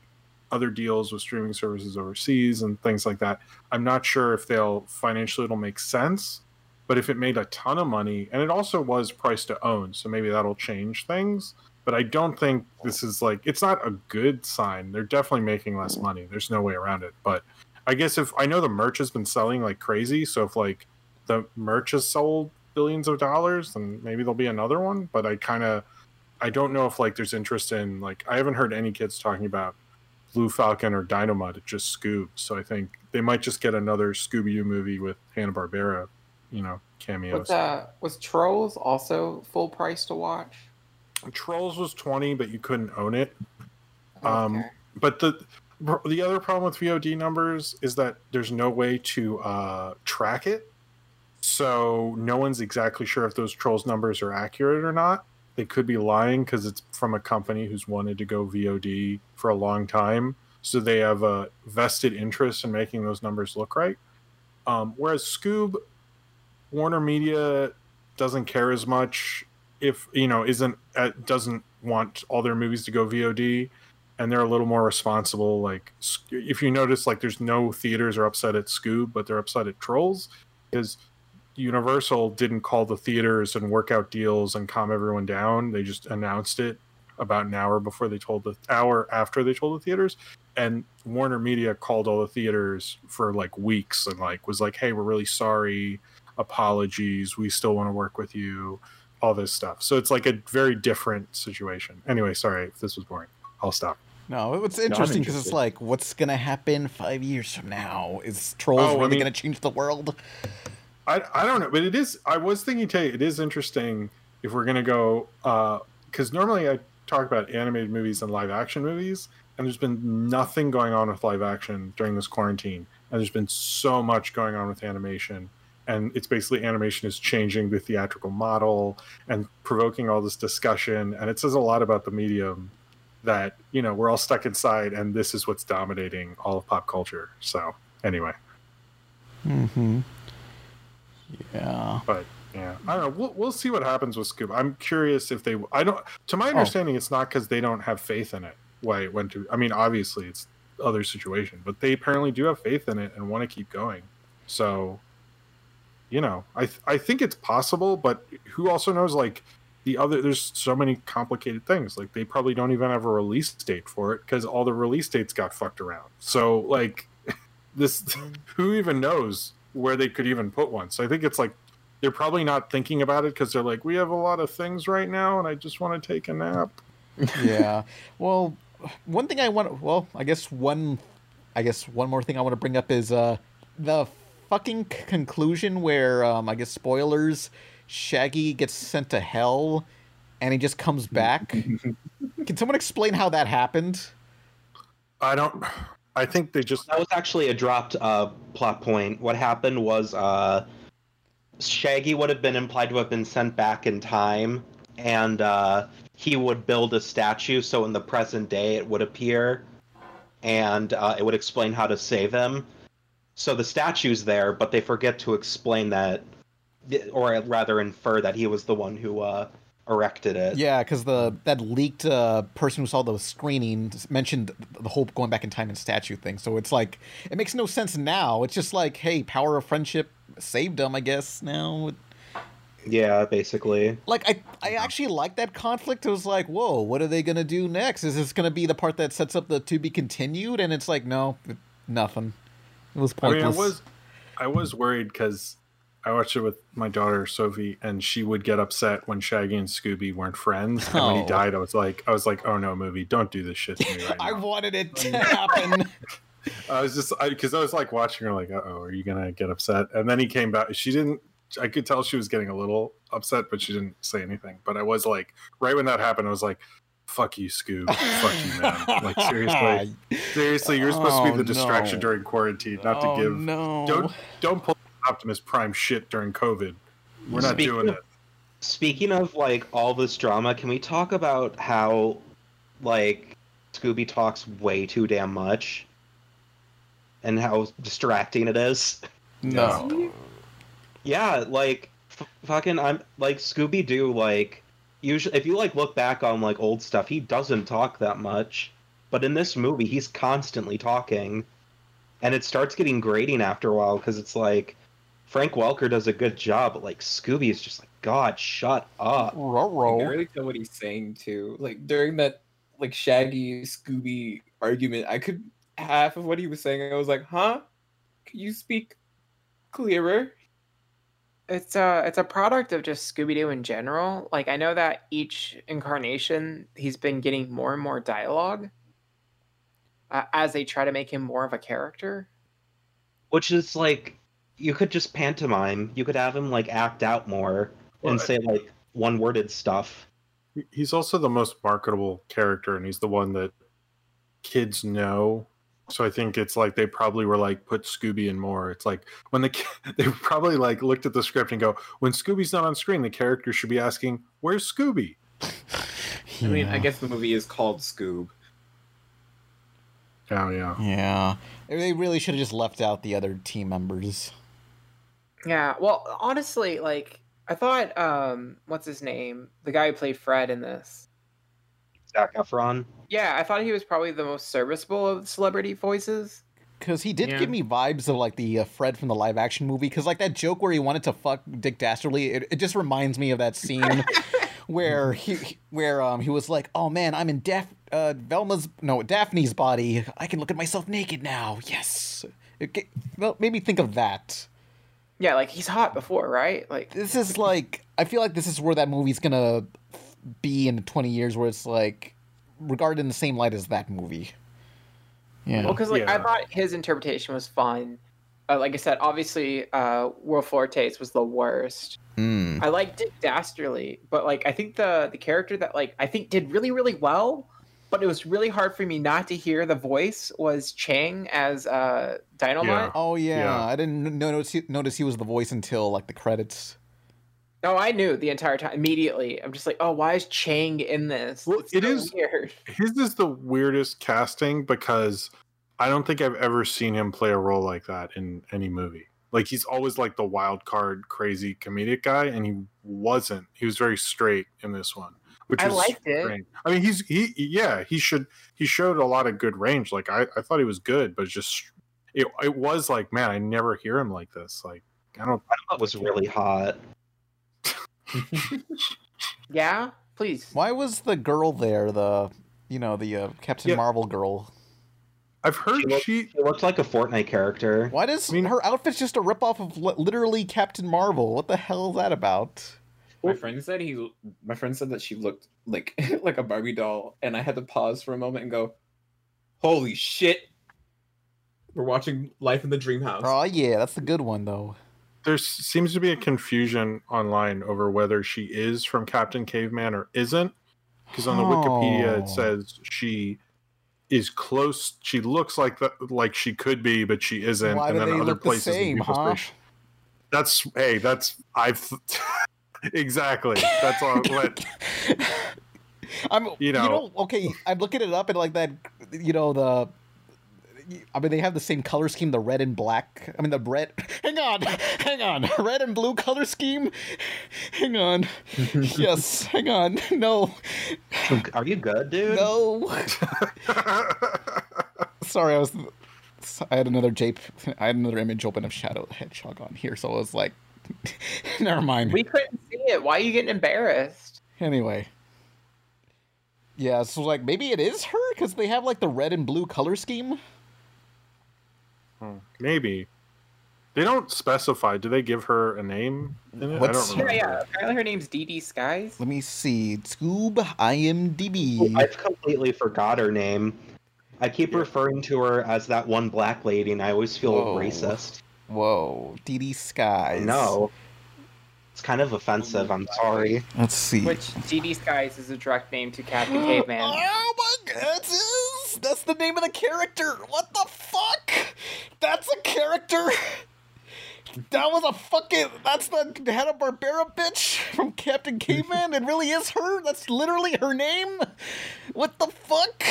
S6: other deals with streaming services overseas and things like that. I'm not sure if they'll financially it'll make sense, but if it made a ton of money and it also was priced to own, so maybe that'll change things. But I don't think this is like it's not a good sign. They're definitely making less money. There's no way around it. But I guess if I know the merch has been selling like crazy, so if like the merch has sold billions of dollars, then maybe there'll be another one. But I kind of I don't know if like there's interest in like I haven't heard any kids talking about Blue Falcon or Dynamite. It's just Scoob. So I think they might just get another Scooby Doo movie with Hanna Barbera, you know, cameos.
S5: Was uh, was Trolls also full price to watch?
S6: Trolls was twenty, but you couldn't own it. Um,
S5: Okay.
S6: but the the other problem with VOD numbers is that there's no way to uh, track it, so no one's exactly sure if those trolls numbers are accurate or not. They could be lying because it's from a company who's wanted to go VOD for a long time, so they have a vested interest in making those numbers look right. Um, whereas Scoob, Warner Media doesn't care as much if you know isn't uh, doesn't want all their movies to go VOD, and they're a little more responsible. Like Sc- if you notice, like there's no theaters are upset at Scoob, but they're upset at Trolls because Universal didn't call the theaters and work out deals and calm everyone down. They just announced it about an hour before they told the hour after they told the theaters. And Warner Media called all the theaters for like weeks and like was like, "Hey, we're really sorry. Apologies. We still want to work with you." All this stuff. So it's like a very different situation. Anyway, sorry if this was boring. I'll stop.
S3: No, it's interesting because it's
S10: interested.
S3: like, what's gonna happen five years from now? Is trolls
S6: Oh, I
S3: really
S6: mean-
S3: gonna change the world?
S6: I, I don't know, but it is. I was thinking, Tay, it is interesting if we're gonna go because normally I talk about animated movies and live action movies, and there's been nothing going on with live action during this quarantine, and there's been so much going on with animation, and it's basically animation is changing the theatrical model and provoking all this discussion, and it says a lot about the medium that you know we're all stuck inside, and this is what's dominating all of pop culture. So anyway. Mm-hmm.
S3: Yeah.
S6: but yeah, I don't know. We'll, we'll see what happens with Scoop. I'm curious if they. I don't. To my understanding, it's not because they don't have faith in it. Why it went to. I mean, obviously, it's other situation, but they apparently do have faith in it and want to keep going. So, you know, I th- I think it's possible, but who also knows? Like the other, there's so many complicated things. Like they probably don't even have a release date for it because all the release dates got fucked around. So like this, who even knows where they could even put one? So I think it's like they're probably not thinking about it because they're like, we have a lot of things right now, and I just want to take a nap.
S3: yeah. Well, one thing I want. Well, I guess one. I guess one more thing I want to bring up is uh the fucking c- conclusion where um I guess spoilers. Shaggy gets sent to hell, and he just comes back. Can someone explain how that happened?
S6: I don't. I think they just.
S4: That was actually a dropped uh, plot point. What happened was uh, Shaggy would have been implied to have been sent back in time, and uh, he would build a statue. So in the present day, it would appear, and uh, it would explain how to save him. So the statue's there, but they forget to explain that, or rather infer that he was the one who uh, erected it.
S3: Yeah, because the that leaked uh, person who saw the screening mentioned the whole going back in time and statue thing. So it's like it makes no sense now. It's just like, hey, power of friendship saved him, I guess. Now,
S4: yeah basically.
S3: like I, I actually like that conflict. It was like, whoa, what are they gonna do next? Is this gonna be the part that sets up the to be continued? And it's like, no, nothing. It was
S6: I mean,
S3: pointless.
S6: I was. I was worried because I watched it with my daughter Sophie, and she would get upset when Shaggy and Scooby weren't friends. And when
S3: Oh.
S6: he died, I was like, I was like, oh no, movie, don't do this shit to me right
S3: I
S6: now.
S3: wanted it to happen.
S6: I was just because I, was like watching her, like, uh oh, are you gonna get upset? And then he came back. She didn't. I could tell she was getting a little upset, but she didn't say anything. But I was like, right when that happened, I was like, "Fuck you, Scoob. Fuck you, man. Like seriously, seriously, you're supposed to
S3: Oh,
S6: be the distraction
S3: no.
S6: during quarantine, not
S3: Oh,
S6: to give.
S3: no.
S6: Don't don't pull Optimus Prime shit during COVID. We're not
S4: Speaking
S6: doing
S4: of-
S6: it.
S4: Speaking of like all this drama, can we talk about how like Scooby talks way too damn much and how distracting it is?
S3: no.
S4: Yeah, like f- fucking I'm like Scooby Doo like usually if you like look back on like old stuff, he doesn't talk that much, but in this movie he's constantly talking and it starts getting grating after a while cuz it's like Frank Welker does a good job, but like Scooby is just like god, shut up.
S3: Ruh-roh.
S7: I really tell what he's saying too. Like during that like Shaggy Scooby argument, I could half of what he was saying. I was like, huh? Could you speak clearer?
S5: it's a it's a product of just Scooby Doo in general. Like I know that each incarnation he's been getting more and more dialogue uh, as they try to make him more of a character.
S4: which is like you could just pantomime you could have him like act out more
S6: Well,
S4: and say like one-worded stuff
S6: he's also the most marketable character and he's the one that kids know so i think it's like they probably were like put scooby in more it's like when the ki- they probably like looked at the script and go when scooby's not on screen the character should be asking where's scooby
S10: I mean, I
S3: Yeah.
S10: guess the movie is called Scoob.
S6: Oh yeah.
S3: Yeah. They really should have just left out the other team members.
S5: Yeah. Well, honestly, like I thought, um, what's his name? The guy who played Fred in this.
S4: Zac Efron.
S5: Yeah, I thought he was probably the most serviceable of the celebrity voices.
S3: Because he did
S10: Yeah.
S3: give me vibes of like the uh, Fred from the live action movie. Because like that joke where he wanted to fuck Dick Dastardly, it, it just reminds me of that scene where he he- where um he was like, oh man, I'm in Daph uh, Velma's no Daphne's body. I can look at myself naked now. Yes. It ga- well, made me think of that.
S5: Yeah, like he's hot before, right? Like
S3: This is like I feel like this is where that movie's gonna be in 20 years, where it's like regarded in the same light as that movie. Yeah.
S5: Well, because like I
S6: Yeah.
S5: thought his interpretation was fun. Uh, like I said, obviously, uh, Will Fortes was the worst.
S3: Mm.
S5: I liked Dick Dastardly, but like I think the the character that like I think did really really well, but it was really hard for me not to hear the voice was Chang as uh, Dynamite.
S3: Oh yeah,
S6: Yeah.
S3: I didn't n- notice he, notice he was the voice until like the credits.
S5: No, Oh, I knew the entire time immediately. I'm just like, oh, why is Chang in this?
S6: Well,
S5: It's
S6: it
S5: so
S6: is-
S5: weird.
S6: His is the weirdest casting because I don't think I've ever seen him play a role like that in any movie. Like he's always like the wild card, crazy comedic guy, and he wasn't. He was very straight in this one, which
S5: I
S6: was
S5: liked it.
S6: strange. I mean, he's he yeah he should he showed a lot of good range. Like I I thought he was good, but just it it was like man, I never hear him like this. Like I don't
S4: I thought was really hot.
S5: Yeah, please.
S3: Why was the girl there? The you know the uh, Captain
S6: Yeah.
S3: Marvel girl.
S6: I've heard
S4: She looked,
S6: she
S4: she looked like a Fortnite character.
S3: Why does
S6: I mean-
S3: her outfit's just a ripoff of li- literally Captain Marvel? What the hell is that about?
S10: My friend said he. My friend said that she looked like like a Barbie doll, and I had to pause for a moment and go, "Holy shit!" We're watching Life in the Dream House.
S3: Oh yeah, that's the good one though.
S6: there s- seems to be a confusion online over whether she is from Captain Caveman or isn't. Because on the Wikipedia
S3: Oh.
S6: it says she is close. She looks like the, like she could be, but she isn't.
S3: Why do
S6: and then
S3: they
S6: other
S3: look the
S6: places and
S3: same,
S6: people
S3: huh?
S6: say she- That's hey, that's I've exactly. That's all. Let,
S3: I'm
S6: You know.
S3: okay. I'm looking it up and like that. You know the. I mean, they have the same color scheme, the red and black. I mean, the red. Hang on, hang on. Red and blue color scheme. Hang on. yes, hang on. No,
S4: Are you good, dude?
S3: no. Sorry, I was. I had another jape. I had another image open of Shadow the Hedgehog on here, so I was like, never mind.
S5: We couldn't see it. Why are you getting embarrassed?
S3: Anyway. Yeah, so like maybe it is her because they have like the red and blue color scheme.
S6: Hmm. maybe they don't specify. Do they give her a name? in it?
S3: What's-
S6: I don't
S5: Yeah,
S6: remember.
S5: yeah. Apparently, her name's Dee Dee Skies.
S3: Let me see. Scoob
S4: Oh,
S3: IMDb.
S4: I've completely forgot her name. I keep referring to her as that one black lady, and I always feel
S3: Whoa.
S4: racist.
S3: Whoa, DD Skies.
S4: No, it's kind of offensive. I'm sorry.
S3: Let's see.
S5: Which Dee Dee Skies is a direct name to Captain Caveman.
S3: Oh my goodness! That's the name of the character! What the fuck? That's a character! That was a fucking. That's the Hanna Barbera bitch from Captain Caveman. It really is her. That's literally her name. What the fuck?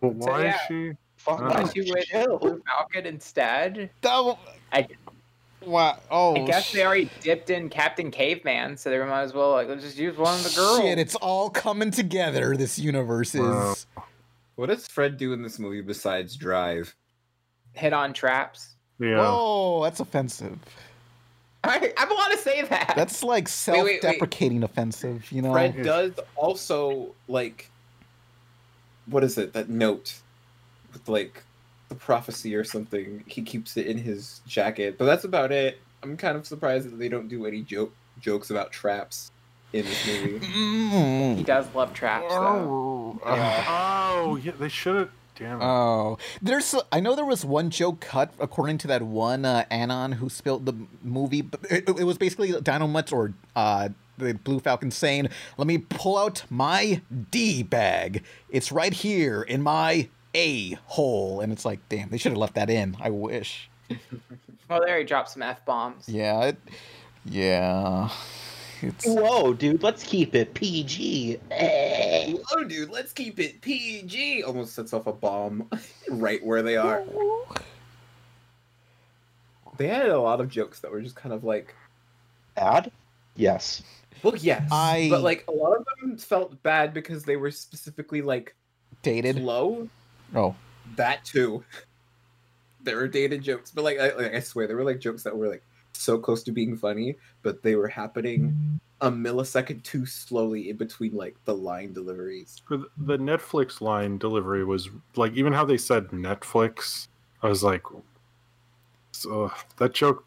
S6: But why is
S5: yeah.
S6: she?
S4: Fuck
S6: Oh.
S5: Why
S4: off,
S5: she went
S4: chill.
S5: Blue Falcon instead?
S3: That. wa-
S5: I-
S3: Wow. Oh.
S5: I guess
S3: sh-
S5: they already dipped in Captain Caveman, so they might as well like let's just use one of the girls.
S3: Shit! It's all coming together. This universe is.
S6: Wow.
S10: What does Fred do in this movie besides drive?
S5: Hit on traps.
S6: Yeah.
S3: Oh, that's offensive.
S5: I, I want to say that.
S3: That's like
S10: wait, wait.
S3: self-deprecating offensive. You know.
S10: Fred does also like what is it? That note with like the prophecy or something. He keeps it in his jacket, but that's about it. I'm kind of surprised that they don't do any joke jokes about traps in this movie.
S5: he
S3: Mm.
S5: does love traps though.
S6: Oh,
S3: Yeah.
S6: oh, yeah, they should have. Damn
S7: Uh,
S6: it.
S3: Oh, there's. I know there was one joke cut according to that one uh, Anon who spilled the movie, but it, it was basically Dynamite or uh, the Blue Falcon saying, "Let me pull out my D bag. It's right here in my A hole." And it's like, damn, they should have left that in. I wish.
S5: Well, there he dropped some f bombs.
S3: Yeah. It, yeah. It's
S4: Whoa, dude, let's keep it PG. Eh.
S7: Whoa, Oh, dude, let's keep it PG. Almost sets off a bomb right where they are. They added a lot of jokes that were just kind of like,
S4: Ad? Yes.
S7: well, yes,
S3: I-
S7: but like a lot of them felt bad because they were specifically like
S3: dated.
S7: slow.
S3: Oh,
S7: That too. there were dated jokes, but like I, like, I swear, there were like jokes that were like so close to being funny, but they were happening a millisecond too slowly in between like the line deliveries.
S6: For th- the Netflix line delivery was like even how they said Netflix, I was like, so that joke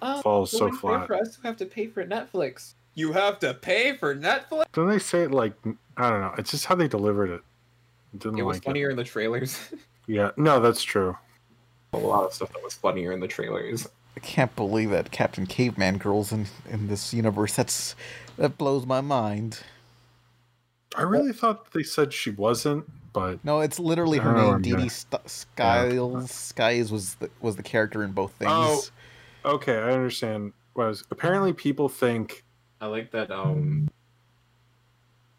S7: Oh,
S6: falls so
S7: in order
S6: flat.
S7: for us to have to pay for Netflix. You have to pay for Netflix.
S6: Don't they say it like I don't know? It's just how they delivered it. Didn't
S7: It was
S6: like
S7: funnier in the trailers.
S6: it. Yeah, no, that's true.
S7: a lot of stuff that was funnier in the trailers.
S3: I can't believe that Captain Caveman girls in in this universe. That's that blows my mind.
S6: I really thought they said she wasn't, but
S3: No, it's literally her
S6: I don't know,
S3: name.
S6: Oh, I'm
S3: Dee Dee
S6: gonna-
S3: St- Skiles. Skies was the, was the character in both things.
S6: Oh. okay, I understand. What I was apparently people think
S7: I like that. Um,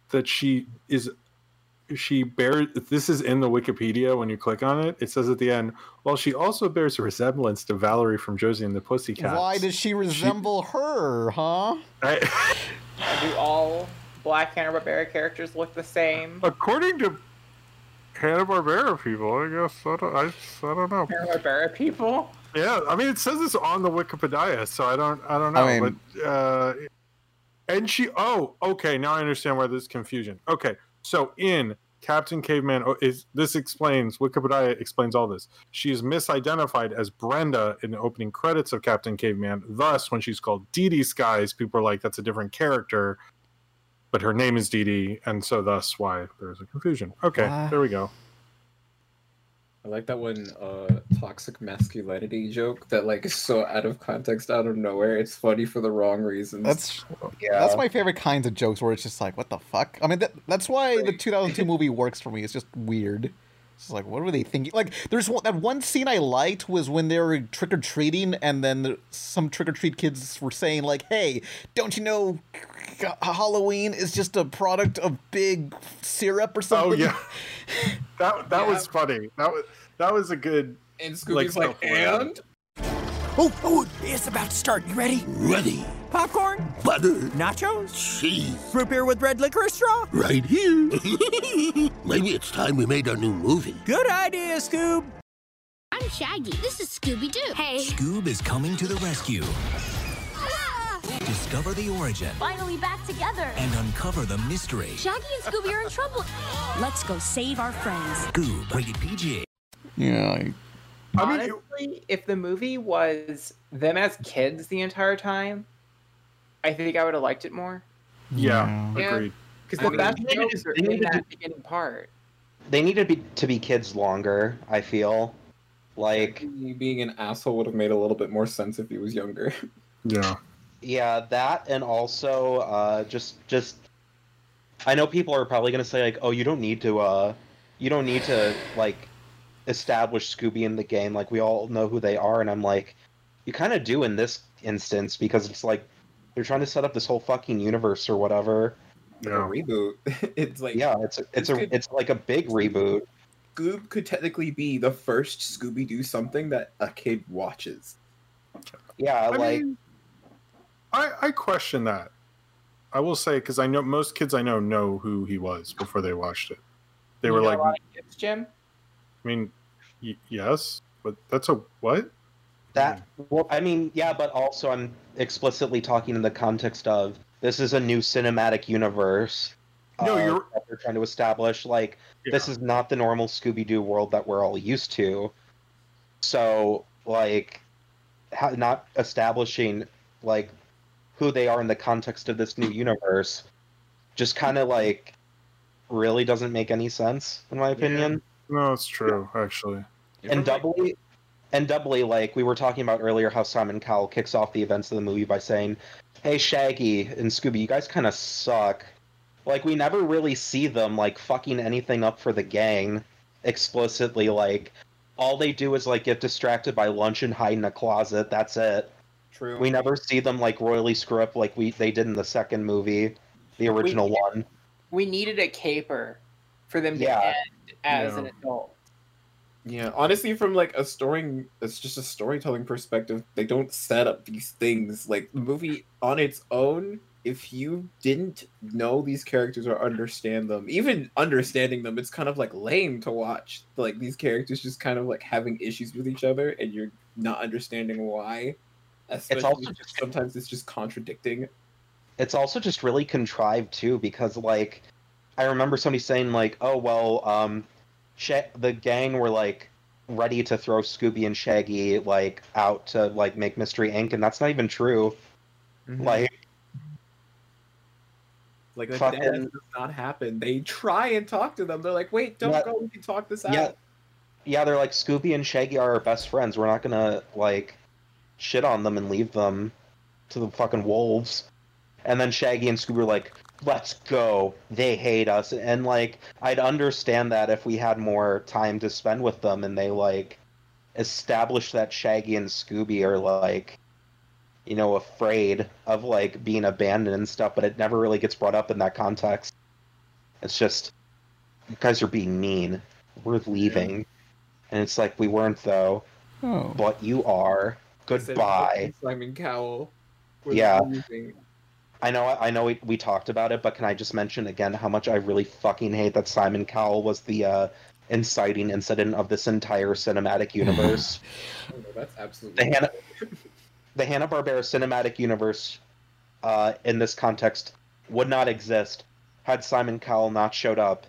S6: that she is she bears this is in the wikipedia when you click on it it says at the end well she also bears a resemblance to valerie from josie and the pussycats
S3: Why does she resemble her? Huh?
S6: I,
S5: Do all black Hanna Barbera characters look the same?
S6: according to hanna-barbera people i guess I don't, I, I don't know
S5: Hanna Barbera people.
S6: yeah i mean it says this on the wikipedia so i don't i don't know
S3: I mean-
S6: but uh and she oh okay now i understand why there's confusion okay so in captain caveman oh, is this explains wikipedia explains all this she is misidentified as brenda in the opening credits of captain caveman thus when she's called dee dee skies people are like that's a different character but her name is dee dee and so thus why there's a confusion okay
S3: Ah.
S6: there we go
S7: I like that one uh, toxic masculinity joke that like is so out of context, out of nowhere. It's funny for the wrong reasons.
S3: That's
S7: yeah.
S3: that's my favorite kinds of jokes where it's just like, what the fuck? I mean, that, that's why the
S7: Right.
S3: 2002 movie works for me. It's just weird. It's just like, what were they thinking? Like, there's one, that one scene I liked was when they were trick or treating, and then the, some trick or treat kids were saying like, "Hey, don't you know Halloween is just a product of big syrup or something?"
S6: oh yeah that that was funny that was that was a good
S7: and
S6: like,
S7: Scooby's like,
S6: self-aware.
S7: and
S2: Oh, oh, it's about to start. You ready? Ready. Popcorn? Butter. Nachos? Cheese. Root beer with red licorice straw? Right here. Maybe it's time we made our new movie. Good idea, Scoob.
S11: I'm Shaggy. This is Scooby Doo. Hey.
S2: Scoob is coming to the rescue. Discover the origin
S11: Ah! Finally back together.
S2: and uncover the mystery.
S11: Shaggy and Scooby are in trouble. Let's go save our friends.
S2: Scoob, rated PG.
S3: yeah. I-
S6: I mean,
S5: Honestly, if the movie was them as kids the entire time, I think I would have liked it more.
S6: Yeah,
S5: Yeah.
S6: agreed.
S5: Because the
S4: I
S5: best
S4: mean, they
S5: jokes
S4: just-
S5: are
S4: they
S5: in
S4: just-
S5: that beginning part.
S4: They need to be to be kids longer, I feel. Like
S7: Shaggy being an asshole would have made a little bit more sense if he was younger.
S6: Yeah.
S4: yeah, that and also uh just just I know people are probably gonna say like, oh you don't need to uh you don't need to like establish Scooby in the game, like we all know who they are and I'm like, you kinda do in this instance because it's like they're trying to set up this whole fucking universe or whatever.
S7: Like a reboot. it's like
S4: Yeah, it's a, it's a it's like a big reboot.
S7: Scoob could technically be the first Scooby Doo something that a kid watches.
S4: Yeah,
S6: I
S4: like
S6: mean, I I question that. I will say because I know most kids I know know who he was before they watched it. They
S5: You
S6: were
S5: know
S6: like,
S5: a lot of kids, Jim.
S6: I mean, y- yes, but that's a what?
S4: That well, I mean, yeah, but also I'm explicitly talking in the context of this is a new cinematic universe.
S6: No, you're-
S4: that they're trying to establish like this is not the normal Scooby Doo world that we're all used to. So like, ha- not establishing like who they are in the context of this new universe, just kind of like really doesn't make any sense in my opinion
S6: No, it's true actually.
S4: and doubly and doubly like we were talking about earlier how simon cowell kicks off the events of the movie by saying hey shaggy and scooby you guys kind of suck like we never really see them like fucking anything up for the gang explicitly like all they do is like get distracted by lunch and hide in a closet that's it
S7: True.
S4: We never see them like royally screw up like we they did in the second movie, the original one.
S5: We needed a caper for them to
S4: Yeah.
S5: end as
S7: Yeah.
S5: an adult.
S7: Yeah, honestly, from like a story, it's just a storytelling perspective. They don't set up these things like the movie on its own. If you didn't know these characters or understand them, even understanding them, it's kind of like lame to watch. Like these characters just kind of like having issues with each other, and you're not understanding why. Especially
S4: also
S7: just- sometimes it's just contradicting.
S4: It's also just really contrived too because like I remember somebody saying like, "Oh well, um Sha- the gang were like ready to throw Scooby and Shaggy like out to like make Mystery Inc." and that's not even true. Like
S7: Like, like
S4: Fucking-
S7: that does not happen. They try and talk to them. They're like, "Wait, don't
S4: Yeah.
S7: go. We can talk this out."
S4: yeah. Yeah, they're like Scooby and Shaggy are our best friends. We're not going to like shit on them and leave them to the fucking wolves. And then Shaggy and Scooby are like, "Let's go. They hate us." And like I'd understand that if we had more time to spend with them and they like establish that Shaggy and Scooby are like you know, afraid of like being abandoned and stuff, but it never really gets brought up in that context. It's just you guys are being mean. We're leaving. And it's like, we weren't though,
S3: Oh.
S4: but you are.
S7: Said
S4: Goodbye.
S7: Simon Cowell. was
S4: Yeah.
S7: amazing.
S4: I know, I know we, we talked about it, but can I just mention again how much I really fucking hate that Simon Cowell was the uh, inciting incident of this entire cinematic universe?
S7: Oh, no, that's absolutely
S4: the Hanna the Hanna Barbera cinematic universe, uh, in this context, would not exist had Simon Cowell not showed up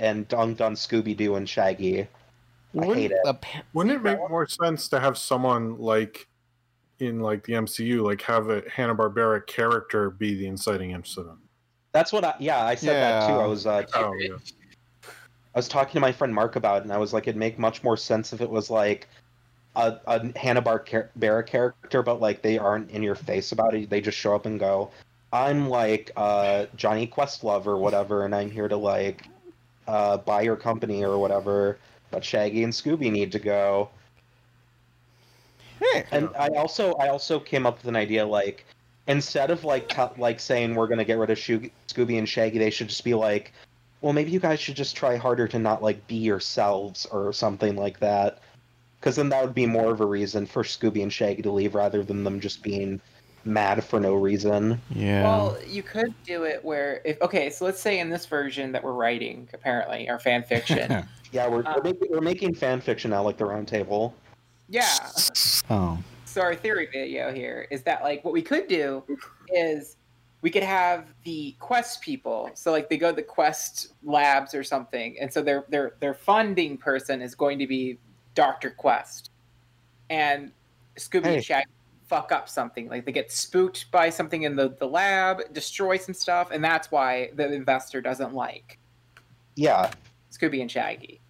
S4: and dunked on Scooby Doo and Shaggy. I hate
S3: Wouldn't
S4: it.
S3: appa-
S6: Wouldn't it make more sense to have someone like in like the MCU, like have a Hanna Barbera character be the inciting incident?
S4: That's what I yeah I said that too.
S3: Yeah.
S4: I was uh,
S6: Oh, yeah.
S4: I was talking to my friend Mark about it, and I was like, it'd make much more sense if it was like a, a Hanna Barbera character, but like they aren't in your face about it. They just show up and go, "I'm like uh, Johnny Questlove or whatever, and I'm here to like uh, buy your company or whatever." But Shaggy and Scooby need to go.
S3: Hey.
S4: And I also I also came up with an idea like instead of like cut, like saying we're gonna get rid of Shoo- Scooby and Shaggy, they should just be like, well, maybe you guys should just try harder to not like be yourselves or something like that, because then that would be more of a reason for Scooby and Shaggy to leave rather than them just being mad for no reason.
S3: Yeah.
S5: Well, you could do it where if okay, so let's say in this version that we're writing, apparently, or fan fiction.
S4: Yeah, we're
S5: Uh.
S4: we're, making, we're making fan fiction now, like the Round Table.
S5: yeah.
S3: oh.
S5: so our theory video here is that like what we could do is we could have the quest people so like they go to the quest labs or something and so their their their funding person is going to be dr quest and scooby
S4: Hey.
S5: and shaggy fuck up something like they get spooked by something in the, the lab destroy some stuff and that's why the investor doesn't like
S4: Yeah,
S5: scooby and shaggy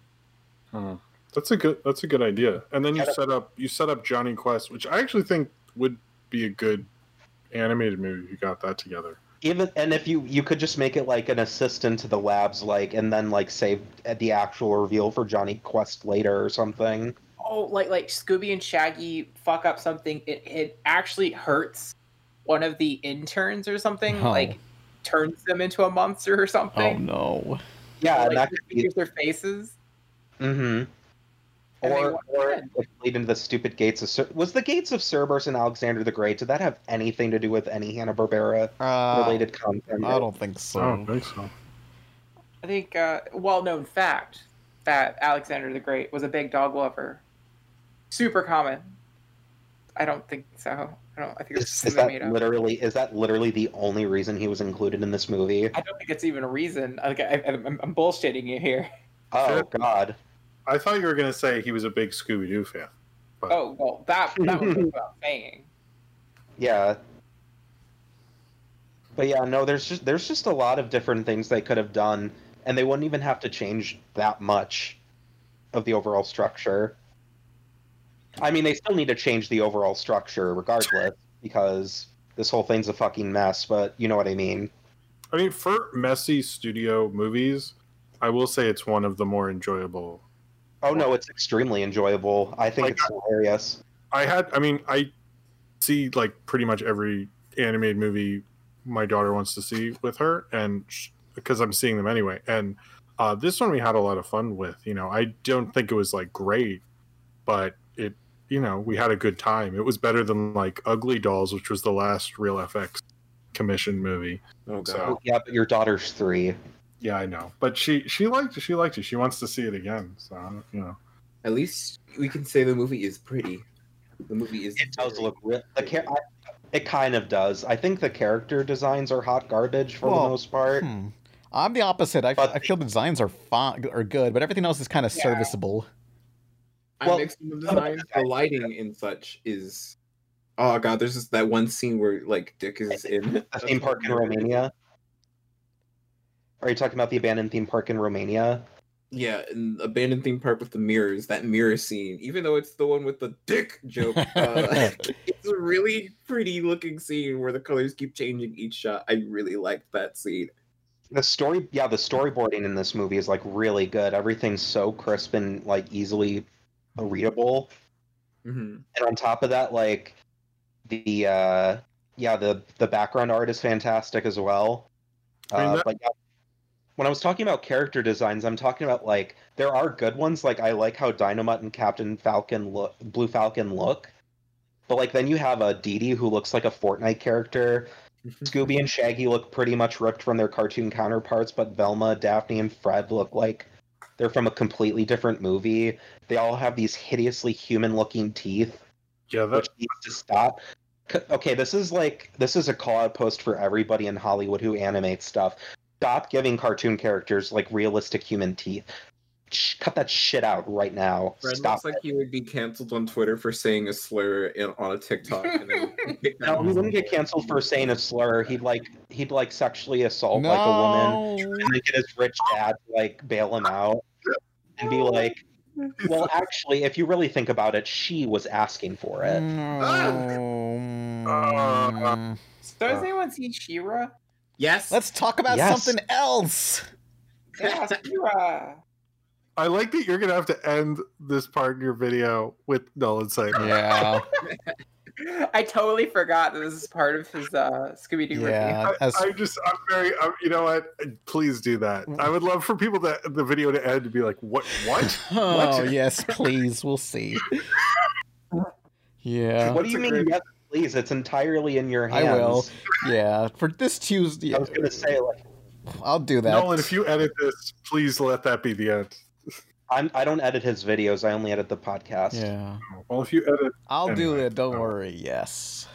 S6: Hmm. That's a good that's a good idea. And then you
S4: Shut up.
S6: set up you set up Johnny Quest, which I actually think would be a good animated movie if you got that together.
S4: even and if you you could just make it like an assistant to the labs, like and then like save at the actual reveal for Johnny Quest later or something.
S5: oh like like scooby and shaggy fuck up something it, it actually hurts one of the interns or something
S3: Oh.
S5: like turns them into a monster or
S3: Oh
S5: something
S3: no.
S4: Yeah,
S5: like,
S4: and that could be.
S5: features their faces
S4: Mm-hmm.
S5: And they
S4: Or,
S5: want
S4: or
S5: in.
S4: it lead into the stupid gates of Cer- was the gates of Cerberus and Alexander the Great. Did that have anything to do with any Hanna Barbera
S3: Uh,
S4: related content?
S3: I don't think
S6: I don't
S3: so.
S6: think so.
S5: i think uh well-known fact that alexander the great was a big dog lover super common i don't think so i don't i think it's
S4: Is,
S5: just
S4: is
S5: something
S4: that
S5: made up
S4: literally is that literally the only reason he was included in this movie?
S5: i don't think it's even a reason like I, I'm, I'm bullshitting you here
S4: Oh
S6: Sure.
S4: God!
S6: I thought you were gonna say he was a big Scooby Doo fan.
S5: oh well that that was what i'm saying
S4: Yeah. But yeah, no. There's just there's just a lot of different things they could have done, and they wouldn't even have to change that much of the overall structure. I mean, they still need to change the overall structure regardless, because this whole thing's a fucking mess. But you know what I mean.
S6: I mean for messy studio movies, I will say it's one of the more enjoyable
S4: Oh no, it's extremely enjoyable. I think
S6: Like-
S4: it's hilarious.
S6: I had I mean I see like pretty much every animated movie my daughter wants to see with her, and because I'm seeing them anyway. And uh, this one we had a lot of fun with. You know, I don't think it was like great, but it, you know, we had a good time. It was better than like Ugly Dolls, which was the last real FX commission movie.
S4: Oh
S6: God.
S4: yeah, but your daughter's three.
S6: Yeah, I know, but she she liked it. She liked it. She wants to see it again. So I don't- you know,
S7: At least we can say the movie is pretty. The movie is.
S4: It does look real. The char- I, it kind of does. I think the character designs are hot garbage for
S3: Well,
S4: the most part.
S3: hmm. I'm the opposite. I, f- I feel the designs are fine, are good, but everything else is kind of serviceable.
S7: I'm
S4: Well-
S7: mixing the design, the lighting and such is. Oh god, there's this, that one scene where like Dick is in
S4: A theme park in Romania. Are you talking about the abandoned theme park in Romania?
S7: Yeah, and abandoned theme park with the mirrors. That mirror scene, even though it's the one with the dick joke, uh, it's a really pretty looking scene where the colors keep changing each shot. I really liked that scene.
S4: The story, yeah, the storyboarding in this movie is like really good. Everything's so crisp and like easily readable.
S7: Mhm.
S4: and on top of that like the uh yeah the the background art is fantastic as well
S6: I mean,
S4: uh,
S6: that-
S4: but yeah, when i was talking about character designs i'm talking about like there are good ones like i like how dynamite and captain falcon look blue falcon look but like then you have a Dee Dee who looks like a Fortnite character. Scooby and Shaggy look pretty much ripped from their cartoon counterparts, but Velma, Daphne, and Fred look like they're from a completely different movie. They all have these hideously human-looking teeth
S6: yeah,
S4: which
S6: that
S4: needs to stop. C- Okay, this is like this is a call out post for everybody in Hollywood who animates stuff. Stop giving cartoon characters like realistic human teeth. Sh- cut that shit out right now.
S7: Fred
S4: Stop.
S7: looks like he would be canceled on Twitter for saying a slur in, on a TikTok. And then
S4: No, he wouldn't get canceled for saying a slur. He'd like he'd like sexually assault like a woman and then get his rich dad to, like bail him out and be like, "Well, actually, if you really think about it, she was asking for it."
S6: Ah.
S3: Mm.
S5: So has anyone seen Shira?
S7: yes,
S3: Let's talk about
S4: Yes.
S3: something else.
S5: Yeah, Shira.
S6: I like that you're gonna have to end this part in your video with Nolan saying,
S3: Yeah,
S5: I totally forgot that this is part of his uh, Scooby Doo
S3: yeah. As-
S6: I just, I'm very, I'm, you know what? Please do that. I would love for people to the video to end to be like, what? What?
S3: oh yes, please. We'll see. Yeah,
S4: What do you mean? Yes, please. It's entirely in your
S3: I
S4: hands.
S3: will. yeah. For this Tuesday,
S4: I was gonna say like
S3: I'll do that.
S6: Nolan, if you edit this, please let that be the end.
S4: I'm I don't edit his videos. I only edit the podcast.
S3: yeah,
S6: Well, if you edit,
S3: I'll do
S6: Anyway,
S3: it. Don't
S4: um,
S6: so-
S3: worry. Yes.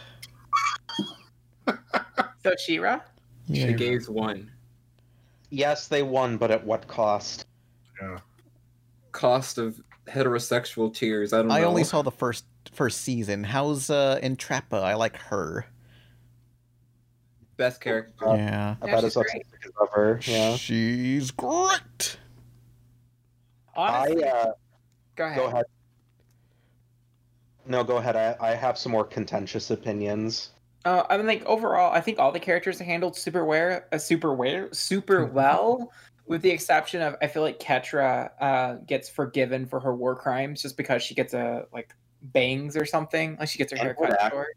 S5: movie. So Shira.
S3: Yeah.
S7: she gave one
S4: Yes, they won, but at what cost?
S7: cost of heterosexual tears. I don't.
S3: I
S7: know.
S3: only saw the first first season. How's uh Entrappa? I like her.
S7: best character.
S3: yeah.
S5: Yeah,
S4: About
S5: she's
S4: as upset as ever. Uh, Yeah.
S3: She's great.
S4: I
S5: Honestly,
S4: uh,
S5: go ahead.
S4: go ahead. No, go ahead. I, I have some more contentious opinions.
S5: Uh, I mean, like overall, I think all the characters are handled super well, uh, super well, super
S4: Mm-hmm.
S5: well, with the exception of I feel like Ketra uh, gets forgiven for her war crimes just because she gets a like bangs or something, like she gets her
S4: And
S5: hair cut
S4: Hordak.
S5: short.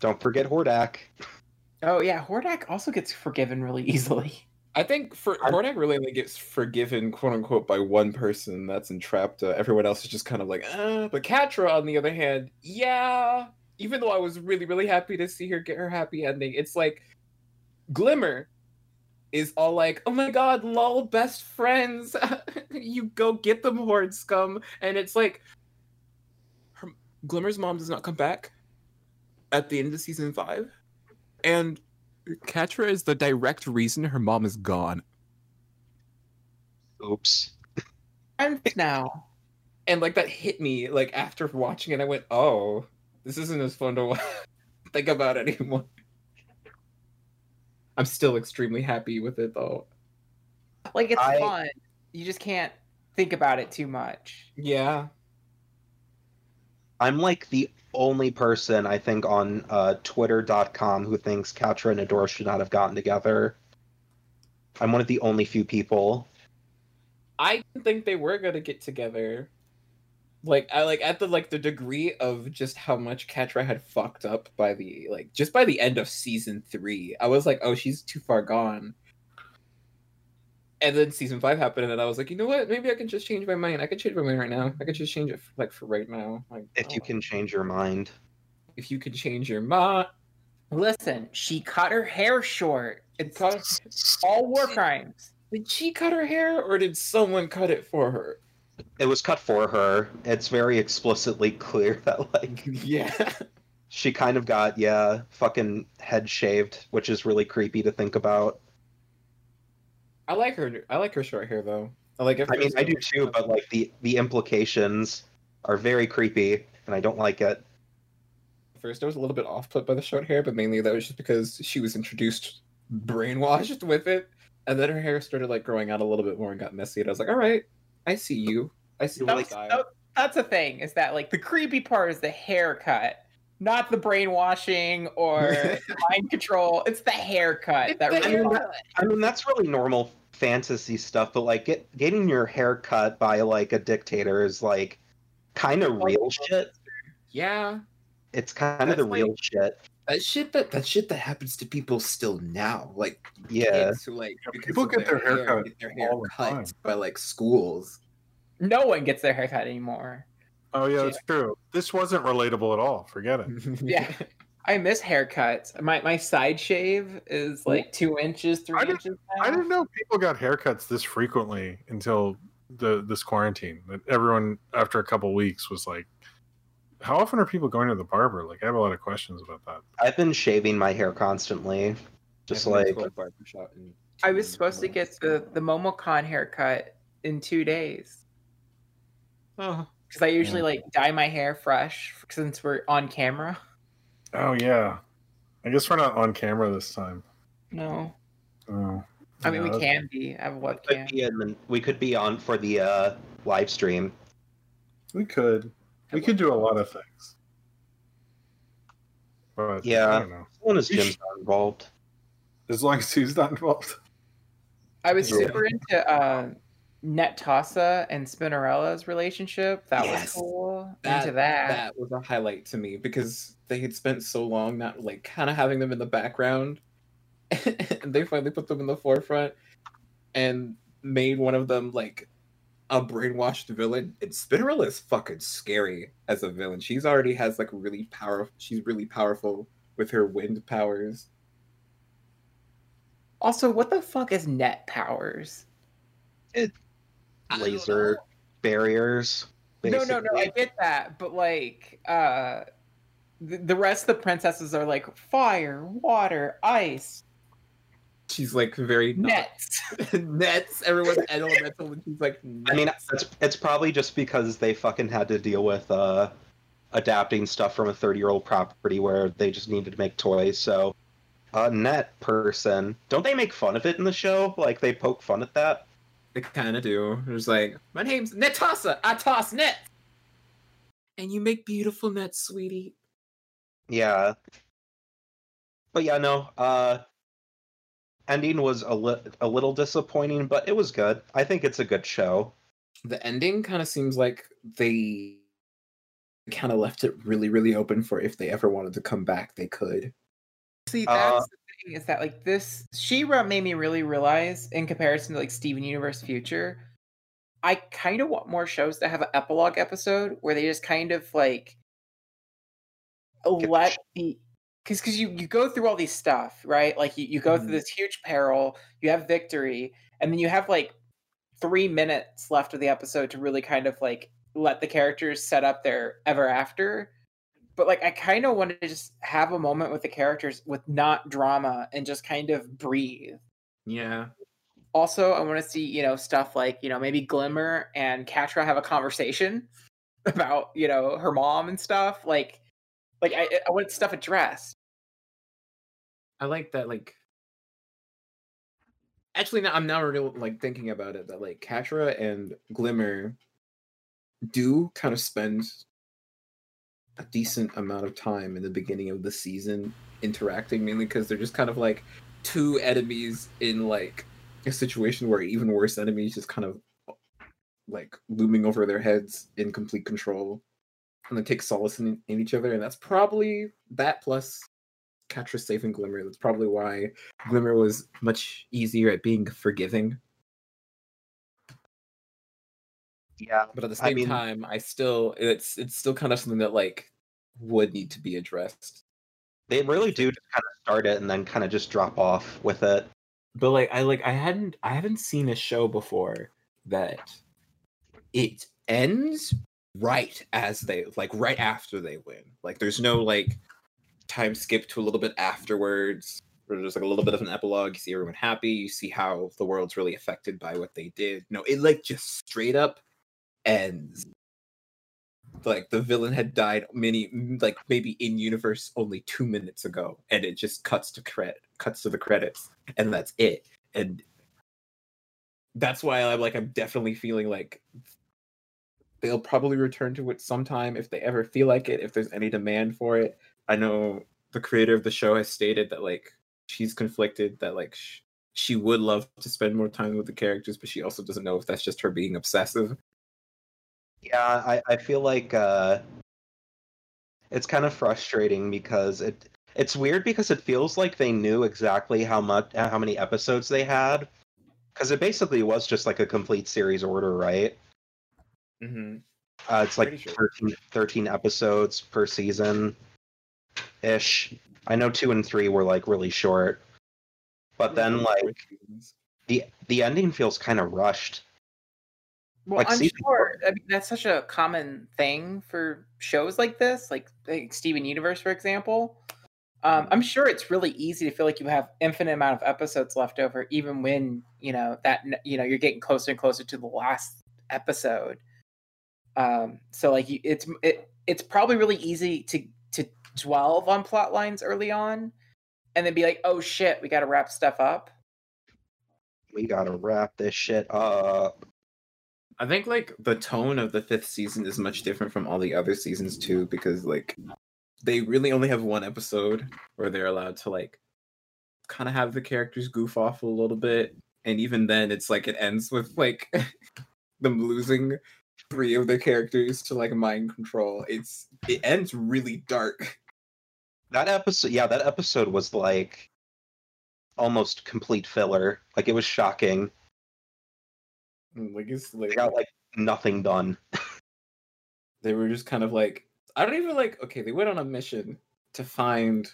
S4: Don't forget Hordak.
S5: Oh yeah, Hordak also gets forgiven really easily.
S7: I think for
S4: I'm-
S7: Hordak really only gets forgiven, quote unquote, by one person. and That's Entrapta. Everyone else is just kind of like, uh. But Katra, on the other hand, yeah. Even though I was really, really happy to see her get her happy ending, it's like Glimmer is all like, oh my god, lol, best friends. you go get them, horde scum. And it's like, her, Glimmer's mom does not come back at the end of season five. And Katra is the direct reason her mom is gone.
S4: Oops.
S5: And now,
S7: And like that hit me like after watching it, I went, "Oh, this isn't as fun to wa- think about anymore." I'm still extremely happy with it though.
S5: like it's
S4: I-
S5: fun. You just can't think about it too much.
S7: Yeah.
S4: I'm like the only person I think on uh, Twitter.com who thinks Katra and Adora should not have gotten together. I'm one of the only few people.
S7: I didn't think they were going to get together. like I like at the like the degree of just how much Katra had fucked up by the like just by the end of season three, I was like, oh, she's too far gone. And then season five happened, and I was like, you know what? Maybe I can just change my mind. I can change my mind right now. I can just change it for, like for right now. Like
S4: If you
S7: oh,
S4: can change your mind.
S7: if you could change your mind,
S5: Listen, she cut her hair short.
S7: it's not-
S5: All war crimes.
S7: did she cut her hair or did someone cut it for her?
S4: It was cut for her. It's very explicitly clear that like
S7: Yeah,
S4: she kind of got, yeah, fucking head shaved, which is really creepy to think about.
S7: I like her. I like her short hair though. I like. If
S4: I mean, I do too, but like the the implications are very creepy, and I don't like it.
S7: first I was a little bit off put by the short hair, but mainly that was just because she was introduced brainwashed with it. And then her hair started like growing out a little bit more and got messy. And I was like, all right, I see you. I see
S5: That
S7: your
S5: was-
S7: style."
S5: that- that's a thing. Is that like the creepy part is the haircut, not the brainwashing or mind control. It's the haircut
S7: It's
S5: that
S7: the
S5: really.
S7: haircut.
S4: I mean, that's really normal fantasy stuff, but like get, getting your hair cut by like a dictator is like kind of real shit.
S7: Yeah.
S4: It's kind of
S7: That's
S4: the
S7: like-
S4: real shit.
S7: That shit that that shit that happens to people still now. Like
S4: Yeah,
S7: kids who like
S6: Yeah,
S7: because
S6: people
S7: of
S6: get their hair cut
S7: get their hair
S6: all the
S7: cut
S6: time.
S7: by like schools.
S5: No one gets their haircut anymore.
S6: Oh yeah, it's true. This wasn't relatable at all. Forget it.
S5: Yeah. I miss haircuts. My my side shave is like two inches, three
S6: I didn't-
S5: inches.
S6: I
S5: now.
S6: didn't know people got haircuts this frequently until the this quarantine. That everyone after a couple weeks was like, "How often are people going to the barber?" Like, I have a lot of questions about that.
S4: I've been shaving my hair constantly, just
S7: I haven't
S4: like
S7: been to a barbershop in
S5: I was supposed to
S7: months.
S5: get the the MomoCon haircut in two days
S7: Oh.
S5: because I usually like dye my hair fresh since we're on camera.
S6: Oh yeah, I guess we're not on camera this time.
S5: No,
S6: Oh,
S5: I mean
S6: Yeah,
S5: we
S6: that-
S5: can be. I have a
S4: could
S5: webcam.
S4: be in the, we could be on for the uh, live stream.
S6: We could. We could do a lot of things. But
S4: Yeah.
S6: I don't know.
S4: As long as Jim's not involved.
S6: As long as he's not involved.
S5: I was
S4: Yeah.
S5: super into uh, Net Tassa and Spinnerella's relationship. That was
S7: Yes.
S5: cool.
S7: that,
S5: into that.
S7: that was a highlight to me because they had spent so long not like kind of having them in the background and they finally put them in the forefront and made one of them like a brainwashed villain and spinnerella is fucking scary as a villain she's already has like really powerful she's really powerful with her wind powers
S5: Also, what the fuck is net powers?
S4: Laser barriers.
S5: No, no, no. I
S4: basically.
S5: get that, but like, uh, the, the rest of the princesses are like fire, water, ice,
S7: she's like very not-
S5: nets.
S7: nets everyone's elemental and she's like
S4: I mean,
S7: nets.
S4: it's, it's probably just because they fucking had to deal with uh, adapting stuff from a 30 year old property where they just needed to make toys. So, a net person. Don't they make fun of it in the show? Like, they poke fun at that?
S7: They kind of do. There's like, my name's Netasa. I toss nets. And you make beautiful nets, sweetie.
S4: Yeah. But yeah, no. Uh, ending was a, li- a little disappointing, but it was good. I think it's a good show.
S7: The ending kind of seems like they kind of left it really, really open for if they ever wanted to come back, they could.
S5: See,
S4: Uh,
S5: that's the thing is that like this Shira made me really realize in comparison to like Steven Universe Future, I kind of want more shows that have an epilogue episode where they just kind of like
S4: the
S5: let
S4: sh-
S5: the because because you you go through all these stuff right like you, you go
S7: Mhm.
S5: through this huge peril you have victory and then you have like three minutes left of the episode to really kind of like let the characters set up their ever after but like I kind of want to just have a moment with the characters with not drama and just kind of breathe.
S7: Yeah.
S5: Also, I want to see you know stuff like you know maybe Glimmer and Katra have a conversation about you know her mom and stuff. Like, like I, I want stuff addressed.
S7: I like that, like. Actually, now I'm now real like thinking about it that like Katra and Glimmer do kind of spend a decent amount of time in the beginning of the season interacting, mainly because they're just kind of like two enemies in like a situation where even worse enemies just kind of like looming over their heads in complete control and they take solace in, in each other and that's probably that plus Catra's safe and Glimmer. That's probably why Glimmer was much easier at being forgiving.
S4: Yeah,
S7: But at the
S4: I
S7: same
S4: mean-
S7: time, I still it's it's still kind of something that like would need to be addressed.
S4: They really do just kind of start it and then kind of just drop off with it.
S7: But like I like I hadn't I haven't seen a show before that it ends right as they like right after they win. Like there's no like time skip to a little bit afterwards. Or there's like a little bit of an epilogue. You see everyone happy. You see how the world's really affected by what they did. No, it like just straight up ends. Like the villain had died many, m- like maybe in universe only two minutes ago, and it just cuts to credit, cuts to the credits, and that's it. And that's why I'm like, I'm definitely feeling like they'll probably return to it sometime if they ever feel like it, if there's any demand for it. I know the creator of the show has stated that like she's conflicted that like sh- she would love to spend more time with the characters, but she also doesn't know if that's just her being obsessive.
S4: Yeah, I, I feel like uh, it's kind of frustrating because it it's weird because it feels like they knew exactly how much how many episodes they had because it basically was just like a complete series order, right?
S7: Mm-hmm.
S4: Uh, it's like
S7: Pretty sure.
S4: 13, 13 episodes per season ish. I know two and three were like really short, but
S7: Mm-hmm.
S4: then like the the ending feels kind of rushed.
S5: Well,
S4: Like
S5: I'm
S4: season
S5: sure I mean, that's such a common thing for shows like this, like, like Steven Universe, for example. Um,
S7: Mm-hmm.
S5: I'm sure it's really easy to feel like you have infinite amount of episodes left over, even when you know that n- you know you're getting closer and closer to the last episode. Um, so like you, it's it, it's probably really easy to to dwell on plot lines early on, and then be like, oh shit, we got to wrap stuff up.
S4: We gotta wrap this shit up.
S7: I think like the tone of the fifth season is much different from all the other seasons too, because like they really only have one episode where they're allowed to like kind of have the characters goof off a little bit, and even then, it's like it ends with like them losing three of their characters to like mind control. It's it ends really dark.
S4: That episode, yeah, that episode was like almost complete filler. Like it was shocking.
S7: Like it's
S4: They
S7: like
S4: got like nothing done.
S7: they were just kind of like i don't even like okay they went on a mission to find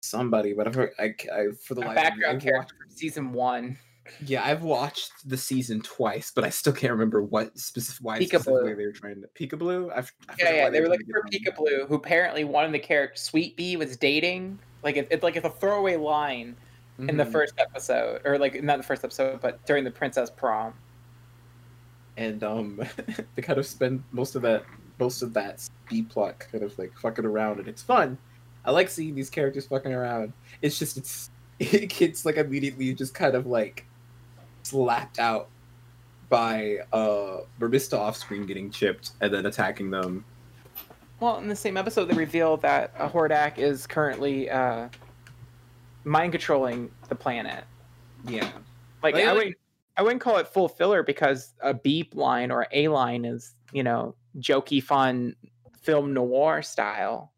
S7: somebody but i've heard i, I for the
S5: A
S7: life of me,
S5: background
S7: I've watched,
S5: character from season one.
S7: yeah i've watched the season twice but i still can't remember what specific why
S5: Peekaboo.
S7: specifically they were trying to peekaboo i've I
S5: Yeah,
S7: forgot
S5: yeah,
S7: why
S5: they were
S7: trying to
S5: looking for
S7: get on.
S5: Peekaboo, who apparently wanted the character Sweet Bee was dating. Like it, it's like it's a throwaway line in the
S7: Mhm.
S5: first episode, or like not the first episode, but during the princess prom.
S7: and um they kind of spend most of that most of that b plot kind of like fucking around and it's fun i like seeing these characters fucking around it's just it's it gets like immediately just kind of like slapped out by uh Burbista off screen getting chipped and then attacking them
S5: Well, in the same episode, they reveal that uh, Hordak is currently uh, mind controlling the planet.
S7: yeah
S5: Like
S7: Like,
S5: I
S7: like-
S5: wouldn't, I wouldn't call it full filler because a beep line or a line is you know jokey, fun film noir style.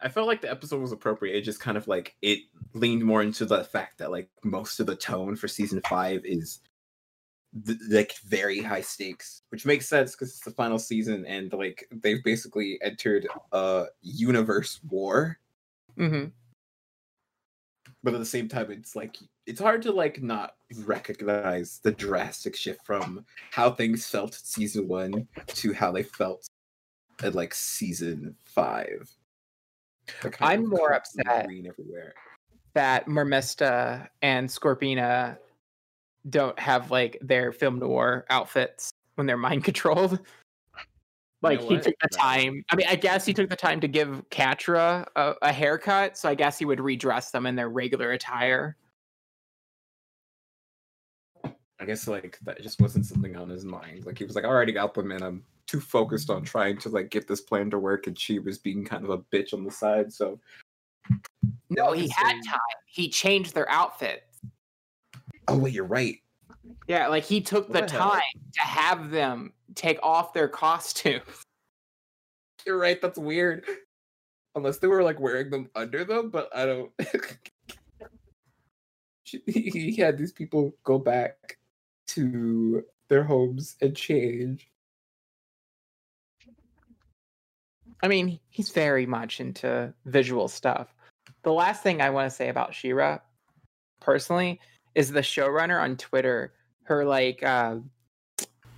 S7: I felt like the episode was appropriate. It just kind of like it leaned more into the fact that like most of the tone for season five is th- like very high stakes, which makes sense because it's the final season and like they've basically entered a universe war.
S5: Mm-hmm.
S7: But at the same time, it's like it's hard to like not recognize the drastic shift from how things felt in season one to how they felt at like season five. The kind
S5: I'm
S7: of
S5: more
S7: constant
S5: upset.
S7: green everywhere.
S5: that Mermista and Scorpina don't have like their film noir outfits when they're mind controlled. Like he
S7: what?
S5: took the
S7: No.
S5: time. I mean, I guess he took the time to give Katra a, a haircut, so I guess he would redress them in their regular attire.
S7: I guess like that just wasn't something on his mind. Like he was like, I already got them in. I'm too focused on trying to like get this plan to work, and she was being kind of a bitch on the side. So
S5: No,
S7: I
S5: he
S7: can
S5: had
S7: see-
S5: time. He changed their outfit.
S7: Oh wait, you're right.
S5: Yeah, like he took the
S7: What the hell?
S5: time to have them take off their costume.
S7: You're right. That's weird. Unless they were like wearing them under them, but I don't. She- he had these people go back to their homes and change.
S5: I mean, he's very much into visual stuff. The last thing I want to say about Shira, personally, is the showrunner on Twitter. Her like, uh,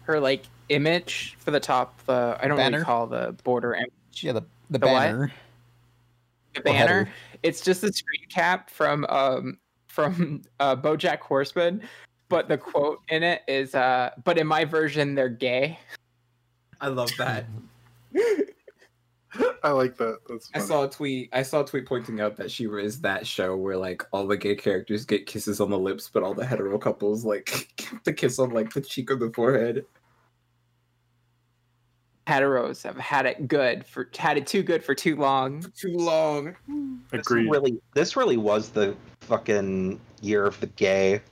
S5: her like image for the top. The I don't
S3: Banner?
S5: really call the border image
S3: Yeah, the the,
S5: The what?
S3: banner.
S5: the
S3: Or header.
S5: banner. It's just a screen cap from um from uh, BoJack Horseman, but the quote in it is uh, "But in my version, they're gay."
S7: I love that.
S6: I like that. That's
S7: I
S6: funny.
S7: saw a tweet. I saw a tweet pointing out that Shira is that show where like all the gay characters get kisses on the lips, but all the hetero couples like get the kiss on like the cheek or the forehead.
S5: Heteros have had it good for had it too good for too long.
S7: Too long.
S6: Agreed.
S4: This really, this really was the fucking year of the gay,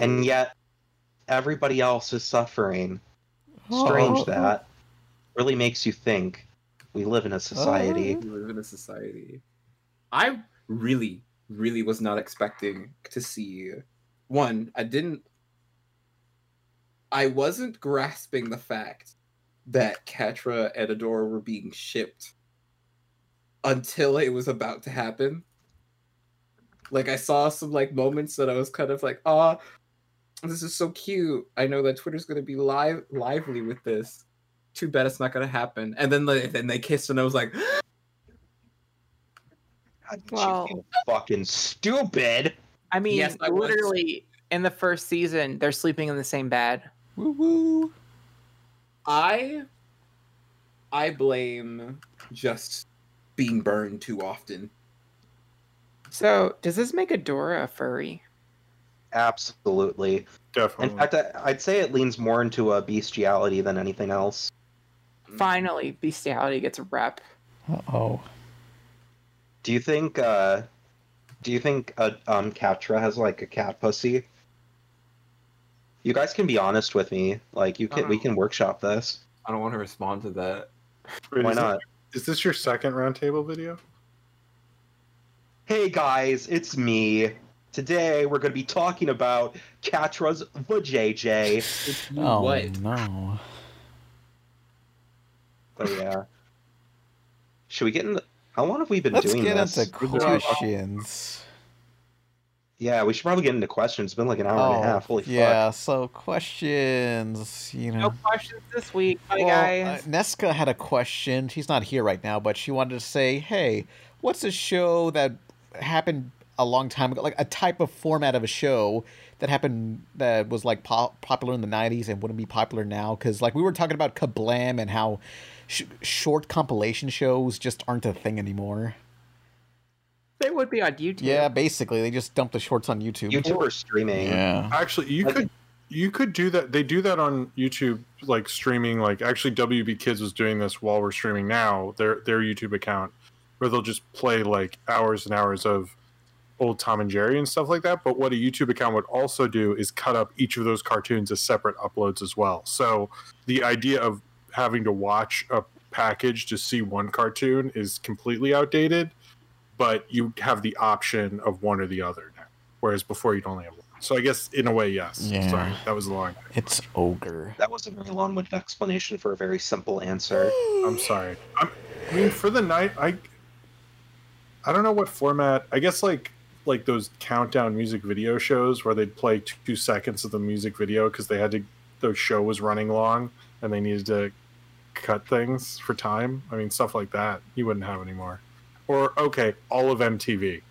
S4: and yet everybody else is suffering. Strange that really makes you think. We live in a society.
S7: We live in a society. I really, really was not expecting to see one. I didn't. I wasn't grasping the fact that Katra and Adora were being shipped until it was about to happen. Like I saw some like moments that I was kind of like, ah, this is so cute. I know that Twitter's gonna be live lively with this. Too bad it's not gonna happen. And then like, then they kissed and I was like,
S4: How did you
S5: Well-
S4: feel fucking stupid.
S5: I mean,
S7: Yes, I was.
S5: literally in the first season, they're sleeping in the same bed.
S3: Woo woo.
S7: I I blame just being burned too often.
S5: So, does this make Adora a furry?
S4: Absolutely.
S6: Definitely.
S4: In fact, I, I'd say it leans more into a bestiality than anything else.
S3: Mm.
S5: Finally, bestiality gets a rep.
S3: Uh oh.
S4: Do you think? uh Do you think uh, um Katra has like a cat pussy? You guys can be honest with me. Like you can, we can workshop this.
S7: I don't want to respond to that.
S6: Wait,
S4: Why
S6: is this-
S4: not?
S6: Is this your second roundtable video?
S4: Hey guys, it's me. Today we're going to be talking about Catra's vajayjay.
S3: Oh
S7: what?
S3: no.
S4: Oh yeah. Should we get in? The... How long have we been
S3: Let's
S4: doing
S3: get
S4: this?
S3: into questions.
S4: Yeah, we should probably get into questions. It's been like an hour and a half. Holy fuck.
S3: Oh, yeah. So questions. You know.
S5: No questions this week. Bye,
S3: Well,
S5: guys.
S3: Uh, Nesca had a question. She's not here right now, but she wanted to say, "Hey, what's a show that happened a long time ago, like a type of format of a show that happened that was like pop- popular in the '90s and wouldn't be popular now?" Because like we were talking about Kablam and how sh- short compilation shows just aren't a thing anymore.
S5: they would be on YouTube.
S3: Yeah, basically they just dump the shorts on YouTube.
S4: YouTube or streaming?
S3: Yeah.
S6: Actually, you could you could do that. They do that on YouTube, like streaming. Like actually, WB Kids was doing this while we're streaming now. Their their YouTube account, where they'll just play like hours and hours of old Tom and Jerry and stuff like that. But what a YouTube account would also do is cut up each of those cartoons as separate uploads as well. So the idea of having to watch a package to see one cartoon is completely outdated. But you have the option of one or the other now whereas before you'd only have one. So I guess in a way, yes.
S3: Yeah.
S6: Sorry, that was a long.
S3: It's ogre.
S4: That was a very long-winded explanation for a very simple answer.
S6: I'm sorry. I'm, I mean, for the night, I I don't know what format. I guess like like those countdown music video shows where they'd play two seconds of the music video because they had to. The show was running long and they needed to cut things for time. I mean, stuff like that you wouldn't have anymore. Or okay, all of MTV.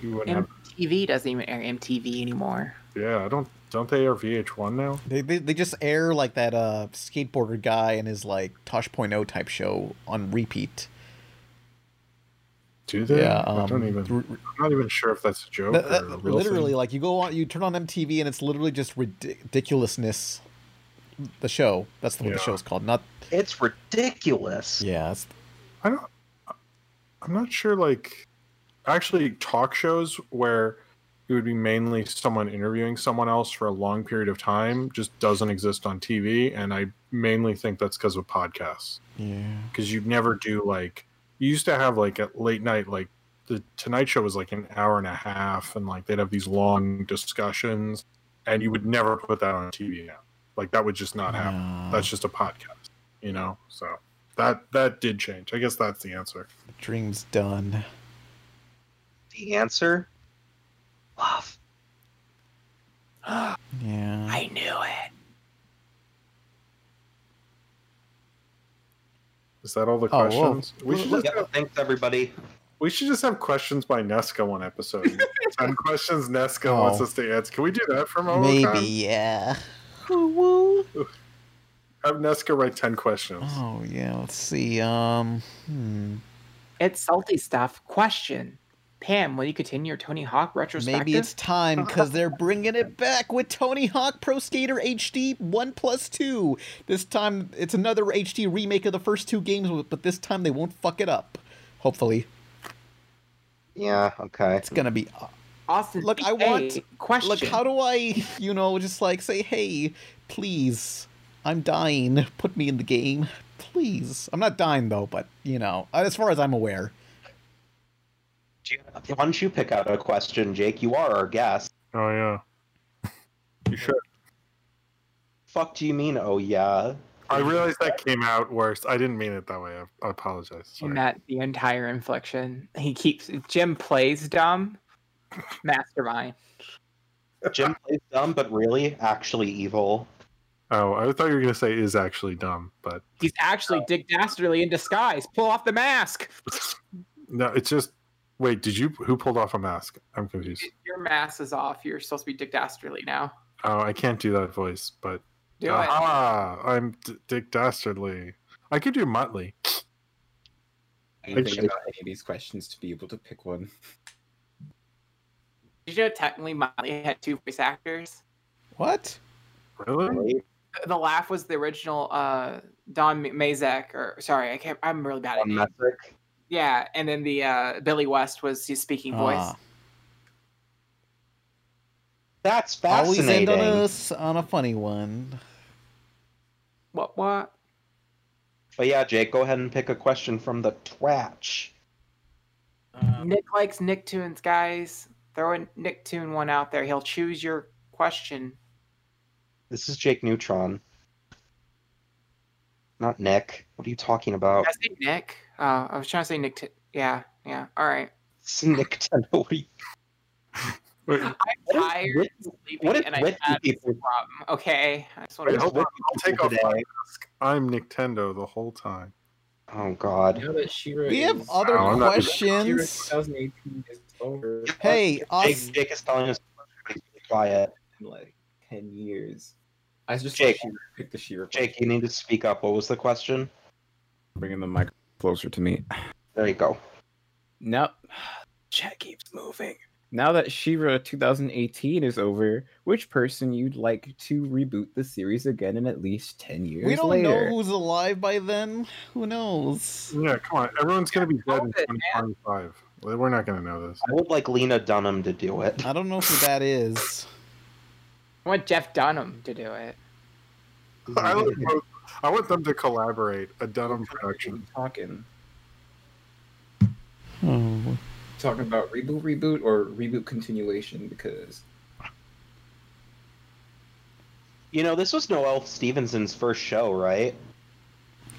S6: You wouldn't have.
S5: MTV doesn't even air MTV anymore.
S6: Yeah, I don't. Don't they air VH1 now?
S3: They, they, they just air like that uh, skateboarder guy and his like Tosh.0 type show on repeat.
S6: Do they?
S3: Yeah,
S6: I
S3: um,
S6: don't even.
S3: r-
S6: I'm not even sure if that's a joke.
S3: That- that-
S6: or a real
S3: literally,
S6: thing.
S3: like you go on, you turn on MTV, and it's literally just ridic- ridiculousness. The show. That's what the
S6: Yeah.
S3: show's called. Not
S4: It's ridiculous.
S3: yeah. It's,
S6: I don't. I'm not sure. Like, actually, talk shows where who would be mainly someone interviewing someone else for a long period of time just doesn't exist on TV. And I mainly think that's because of podcasts.
S3: Yeah.
S6: Because you'd never do like, you used to have like a late night, like the Tonight Show was like an hour and a half, and like they'd have these long discussions, and you would never put that on TV now. Like that would just not happen. That's just a podcast, you know? So that that did change. I guess that's the answer.
S3: Dream's done.
S12: The answer? Love.
S3: Yeah.
S5: I knew it.
S6: Is that all the
S3: Oh, whoa.
S6: questions? We should just
S12: Yep, thanks, everybody.
S6: We should just have questions by Nesca one episode. Ten questions Nesca
S3: Oh.
S6: wants us to answer. Can we do that for a moment?
S3: Maybe, yeah.
S6: Have Nesca write ten questions.
S3: Oh yeah, let's see. Um hmm.
S5: It's salty stuff. Question. Pam, will you continue your Tony Hawk retrospective?
S3: maybe it's time because they're bringing it back with Tony Hawk Pro Skater HD One Plus Two. This time it's another HD remake of the first two games, but this time they won't fuck it up. Hopefully,
S12: Yeah, okay.
S3: it's gonna be
S5: Austin.
S3: Look, I
S5: hey,
S3: want-
S5: question.
S3: Look, how do I, you know, just like say, hey, please, I'm dying. Put me in the game, please. I'm not dying though, but you know, as far as I'm aware.
S12: Do you- Why don't you pick out a question, Jake? You are our guest.
S6: Oh yeah. you should.
S12: Fuck do you mean, oh yeah?
S6: I realized that came out worse. I didn't mean it that way. I, I apologize. Sorry.
S5: Matt, the entire inflection. He keeps Jim plays dumb. Mastermind.
S12: Jim plays dumb, but really actually evil.
S6: Oh, I thought you were gonna say is actually dumb, but
S5: He's actually Dick Dastardly in disguise. Pull off the mask.
S6: no, it's just wait, did you who pulled off a mask? I'm confused.
S5: Your mask is off. You're supposed to be Dick Dastardly now.
S6: Oh, I can't do that voice, but
S5: Do it.
S6: Aha, I'm D- Dick Dastardly. I could do Muttley.
S7: I
S6: Like,
S7: think about any of these questions to be able to pick one.
S5: Did you know technically Miley had two voice actors?
S3: What?
S6: Really?
S5: The laugh was the original uh, Don M- Mazek, or sorry, I can't. I'm really bad at names.
S12: Messick.
S5: Yeah, and then the uh, Billy West was his speaking voice.
S3: Ah,
S12: That's
S3: always
S12: fascinating.
S3: end on a, s- on a funny one.
S5: What? What?
S12: But yeah, Jake, go ahead and pick a question from the Twatch.
S5: Nick likes Nicktoons, guys. Throw a Nicktoon one out there. He'll choose your question.
S12: This is Jake Neutron. Not Nick. What are you talking about?
S5: Did I say Nick. Uh, I was trying to say Nick. yeah, yeah. All right.
S12: It's Nick Tendo. What are you-
S6: Wait,
S5: I'm
S12: What is
S5: tired
S12: with-
S5: and sleepy,
S12: what is
S5: and I
S12: with you
S5: had this
S12: people?
S5: problem. Okay, I just want
S6: Wait,
S5: to.
S6: hold on. I'll take off my
S12: today?
S6: mask. I'm Nintendo the whole time.
S12: Oh God.
S7: Now that Shira
S3: We have
S7: is,
S3: other
S6: No, I'm not doing that.
S7: Shira
S3: questions.
S7: 2018 is over.
S3: Hey,
S12: Jake,
S3: Austin,
S12: Jake is telling us to be quiet.
S7: in like ten years. I just
S12: Jake.
S7: like Shira pick the Shira.
S12: Jake, you need to speak up. What was the question?
S7: bringing the mic closer to me.
S12: There you go.
S7: Now, chat keeps moving. Now that Shira 2018 is over, which person you'd like to reboot the series again in at least 10 years
S3: we don't
S7: later?
S3: know who's alive by then. Who knows?
S6: Yeah, come on. Everyone's gonna be dead in
S5: COVID,
S6: 2025. We're not gonna know this.
S12: I would like Lena Dunham to do it.
S3: I don't know who that is.
S5: I want Jeff Dunham to do it.
S6: I, like both- I want them to collaborate. A Dunham production.
S7: Talking,
S3: Oh,
S7: talking about reboot, reboot, or reboot continuation because
S12: You know, this was Noel Stevenson's first show, right?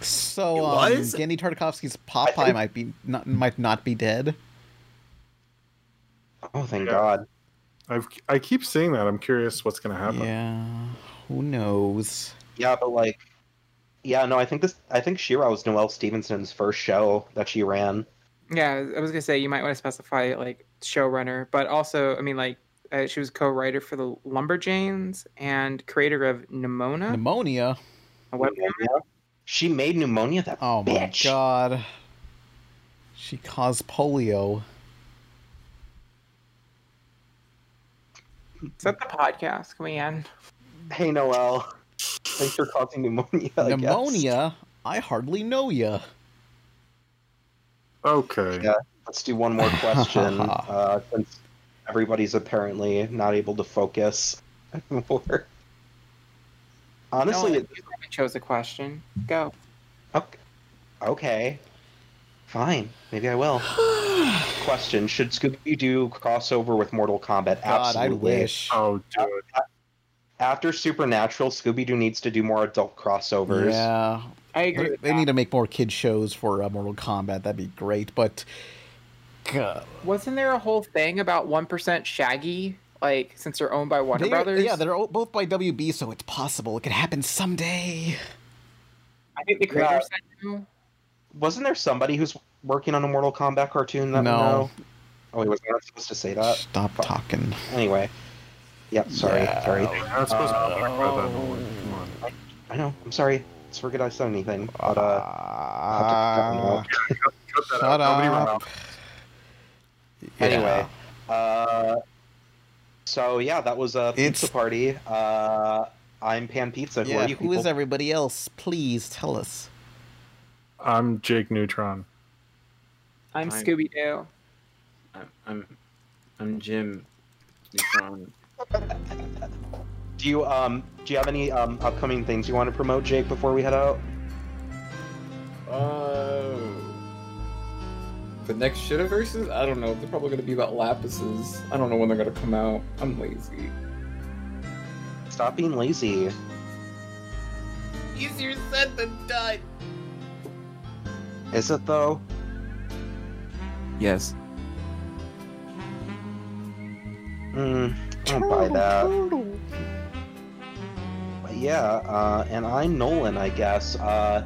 S3: So, um,
S13: It was?
S3: Gendy Tartakovsky's
S12: I
S3: Popeye
S12: think-
S3: might be not might not be dead.
S12: Oh, thank
S6: Yeah.
S12: God.
S6: I've I keep seeing that. I'm curious what's gonna happen.
S3: Yeah, who knows?
S12: Yeah, but like, yeah, no, I think this. I think Shira was Noel Stevenson's first show that she ran.
S5: Yeah, I was gonna say you might want to specify like showrunner, but also I mean like uh, she was co-writer for the Lumberjanes and creator of Nimona.
S3: Pneumonia.
S5: a web
S12: She made pneumonia. That
S3: Oh my
S12: bitch.
S3: god. She caused polio.
S5: Is that the podcast? Can we end?
S12: Hey, Noel. Thanks for causing pneumonia. I guess.
S3: Pneumonia? I hardly know ya.
S6: Okay.
S12: Yeah. Let's do one more question. uh, since everybody's apparently not able to focus anymore. Honestly,
S5: No,
S12: it-
S5: you haven't chose a question. Go.
S12: okay. okay. Fine. Maybe I will. Question Should Scooby Doo crossover with Mortal Kombat?
S3: God, I
S12: Absolutely.
S3: wish.
S6: Oh, dude.
S12: After Supernatural, Scooby Doo needs to do more adult crossovers.
S3: Yeah,
S5: I agree.
S3: they,
S5: with
S3: they
S5: that.
S3: need to make more kid shows for uh, Mortal Kombat. That'd be great. But God,
S5: Wasn't there a whole thing about one percent Shaggy? Like since they're owned by Warner
S3: they,
S5: Brothers,
S3: yeah, they're all- both by WB, so it's possible. It could happen someday.
S5: I think the creator
S12: Yeah.
S5: said no.
S12: Wasn't there somebody who's working on a Mortal Kombat cartoon that we
S3: No.
S12: know? Oh, he was not supposed to say that.
S3: Stop talking.
S12: Anyway. Yep, sorry. Sorry.
S6: You're not supposed to talk about that. Come
S3: Oh.
S6: on.
S12: I know. I'm sorry. It's forget I said anything. But uh,
S3: Uh,
S6: Cut that
S3: Shut
S6: out. Nobody
S3: up.
S6: remembers.
S12: anyway, uh, so yeah, that was a pizza
S3: It's-
S12: party. Uh, I'm Pan Pizza. Who
S3: yeah,
S12: are you
S3: who
S12: people?
S3: is everybody else? Please tell us.
S6: I'm Jake Neutron.
S5: I'm
S7: Fine.
S5: Scooby Doo.
S7: I'm, I'm, I'm Jim. Neutron.
S12: Do you um do you have any um upcoming things you want to promote, Jake, before we head out?
S7: Oh. The next Shitaverses? I don't know. They're probably going to be about Lapises. I don't know when they're going to come out. I'm lazy.
S12: Stop being lazy.
S7: Easier said than done.
S12: Is it though?
S7: Yes.
S12: Mm, I don't buy that. But yeah, uh, and I'm Nolan, I guess. Uh,